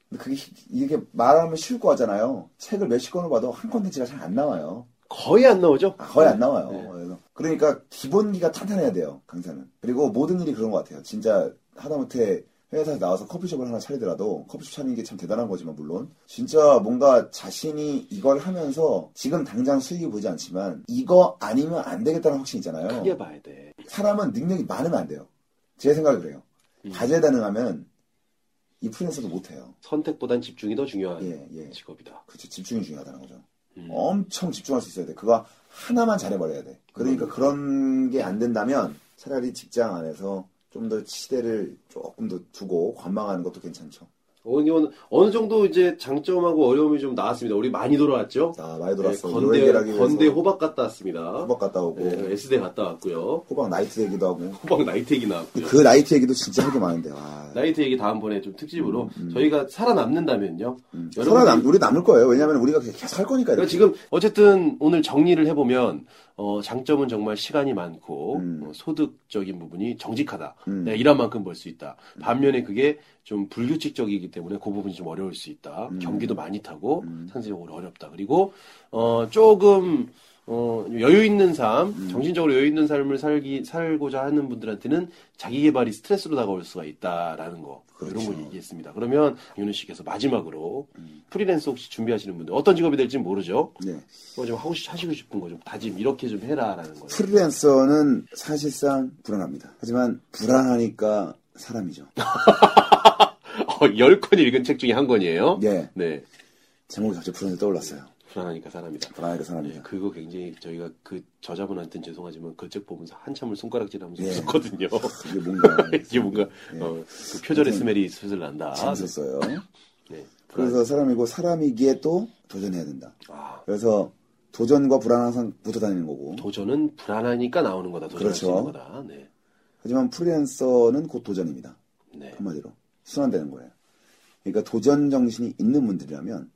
근데 그게 히- 이게 말하면 쉬울 거 같잖아요 책을 몇십 권을 봐도 한 컨텐츠가 잘 안 나와요
거의 안 나오죠?
아, 거의 안 나와요.
네.
그래서. 그러니까 기본기가 탄탄해야 돼요, 강사는. 그리고 모든 일이 그런 것 같아요. 진짜 하다못해 회사에서 나와서 커피숍을 하나 차리더라도 커피숍 차리는 게 참 대단한 거지만 물론 진짜 뭔가 자신이 이걸 하면서 지금 당장 수익이 보지 않지만 이거 아니면 안 되겠다는 확신이 있잖아요.
크게 봐야 돼. 예. 음.
사람은 능력이 많으면 안 돼요. 제 생각이 그래요. 다재다능하면 이 풀에서도 못해요.
선택보단 집중이 더 중요한
예, 예. 어.
직업이다.
그치, 집중이 중요하다는 거죠.
음.
엄청 집중할 수 있어야 돼. 그거 하나만 잘해버려야 돼. 그러니까
음.
그런 게 안 된다면 차라리 직장 안에서 좀 더 시대를 조금 더 두고 관망하는 것도 괜찮죠.
어느, 어느 정도 이제 장점하고 어려움이 좀 나왔습니다. 우리 많이 돌아왔죠?
자, 많이 돌았어.
예,
이걸
건대,
해결하기 위해서
건대 호박 갔다 왔습니다.
호박 갔다 오고
예, S대 갔다 왔고요.
호박 나이트 얘기도 하고
호박 나이트 얘기 나왔고요.
그 나이트 얘기도 진짜 하게 많은데 와.
나이트 얘기 다음번에 좀 특집으로 저희가 살아남는다면요.
음.
여러분들이-
서로 남, 우리 남을 거예요. 왜냐면 우리가 계속 살 거니까.
그러니까
이렇게.
지금 어쨌든 오늘 정리를 해보면 어, 장점은 정말 시간이 많고
음.
어, 소득적인 부분이 정직하다.
음.
내가 일한 만큼 벌 네, 수 있다. 반면에 그게 좀 불규칙적이기 때문에 그 부분이 좀 어려울 수 있다.
음.
경기도 많이 타고
음.
상대적으로 어렵다. 그리고 어, 조금 어, 여유 있는 삶,
음.
정신적으로 여유 있는 삶을 살기 살고자 하는 분들한테는 자기 개발이 스트레스로 다가올 수가 있다라는 거 이런
그렇죠. 음.
걸 얘기했습니다. 그러면 윤우 씨께서 마지막으로 프리랜서 혹시 준비하시는 분들 어떤 직업이 될지 모르죠.
네.
뭐 좀 하고 싶, 하시고 싶은 거 좀 다짐 이렇게 좀 해라라는 거예요.
프리랜서는 사실상 불안합니다. 하지만 불안하니까 사람이죠.
어, 열권 읽은 책 중에 한 권이에요.
예.
네.
제목이 갑자기 불안해서 떠올랐어요.
불안하니까 사람이다.
불안하니까
네,
사람이죠.
그거 굉장히 저희가 그 저자분한테는 죄송하지만 그 책 보면서 한참을 손가락질하면서
예.
웃었거든요.
이게 뭔가
이게 뭔가
예.
어, 그 표절의
아무튼
스멜이 슬슬 난다.
재밌었어요.
네.
그래서 사람이고 사람이기에 또 도전해야 된다.
아,
그래서 도전과 불안 항상 붙어 다니는 거고.
도전은 불안하니까 나오는 거다. 도전할 수
그렇죠.
있는 거다. 네.
하지만 프리랜서는 곧 도전입니다.
네.
한마디로 순환되는 거예요. 그러니까 도전 정신이 있는 분들이라면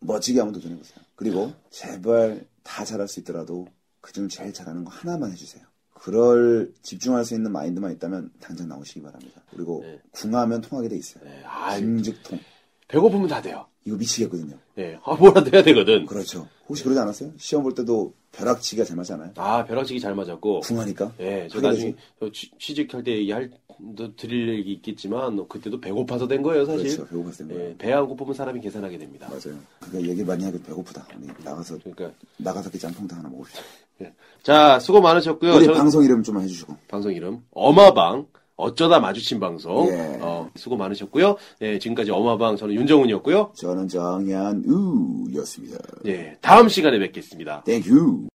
멋지게 한번 도전해 보세요. 그리고 제발 다 잘할 수 있더라도 그중 제일 잘하는 거 하나만 해주세요. 그럴 집중할 수 있는 마인드만 있다면 당장 나오시기 바랍니다. 그리고
네.
궁하면 통하게 돼 있어요.
네. 아,
김즉통
배고프면 다 돼요.
이거 미치겠거든요.
네. 아, 뭐라도 해야 되거든.
그렇죠. 혹시 그러지 않았어요? 시험 볼 때도 벼락치기가 잘 맞잖아요.
아, 벼락치기 잘 맞았고.
궁하니까.
예, 저
하게
나중에
되지.
저 취- 취직할 때 얘기할 또 드릴 얘기 있겠지만 그때도 배고파서 된 거예요, 사실.
그렇죠. 배고팠을 거예요.
예, 배 안 고프면 사람이 계산하게 됩니다.
맞아요. 그러니까 얘기 많이 하기 배고프다. 우리 나가서
그러니까
나가서 그 짬뽕탕 하나 먹읍시다.
예. 자 수고 많으셨고요.
우리
저는 방송...
방송 이름 좀 해주시고.
이름 어마방 어쩌다 마주친 방송
예.
어, 수고 많으셨고요. 예, 지금까지 어마방 저는 윤정훈이었고요.
저는 정현우였습니다.
예, 다음 시간에 뵙겠습니다.
Thank you.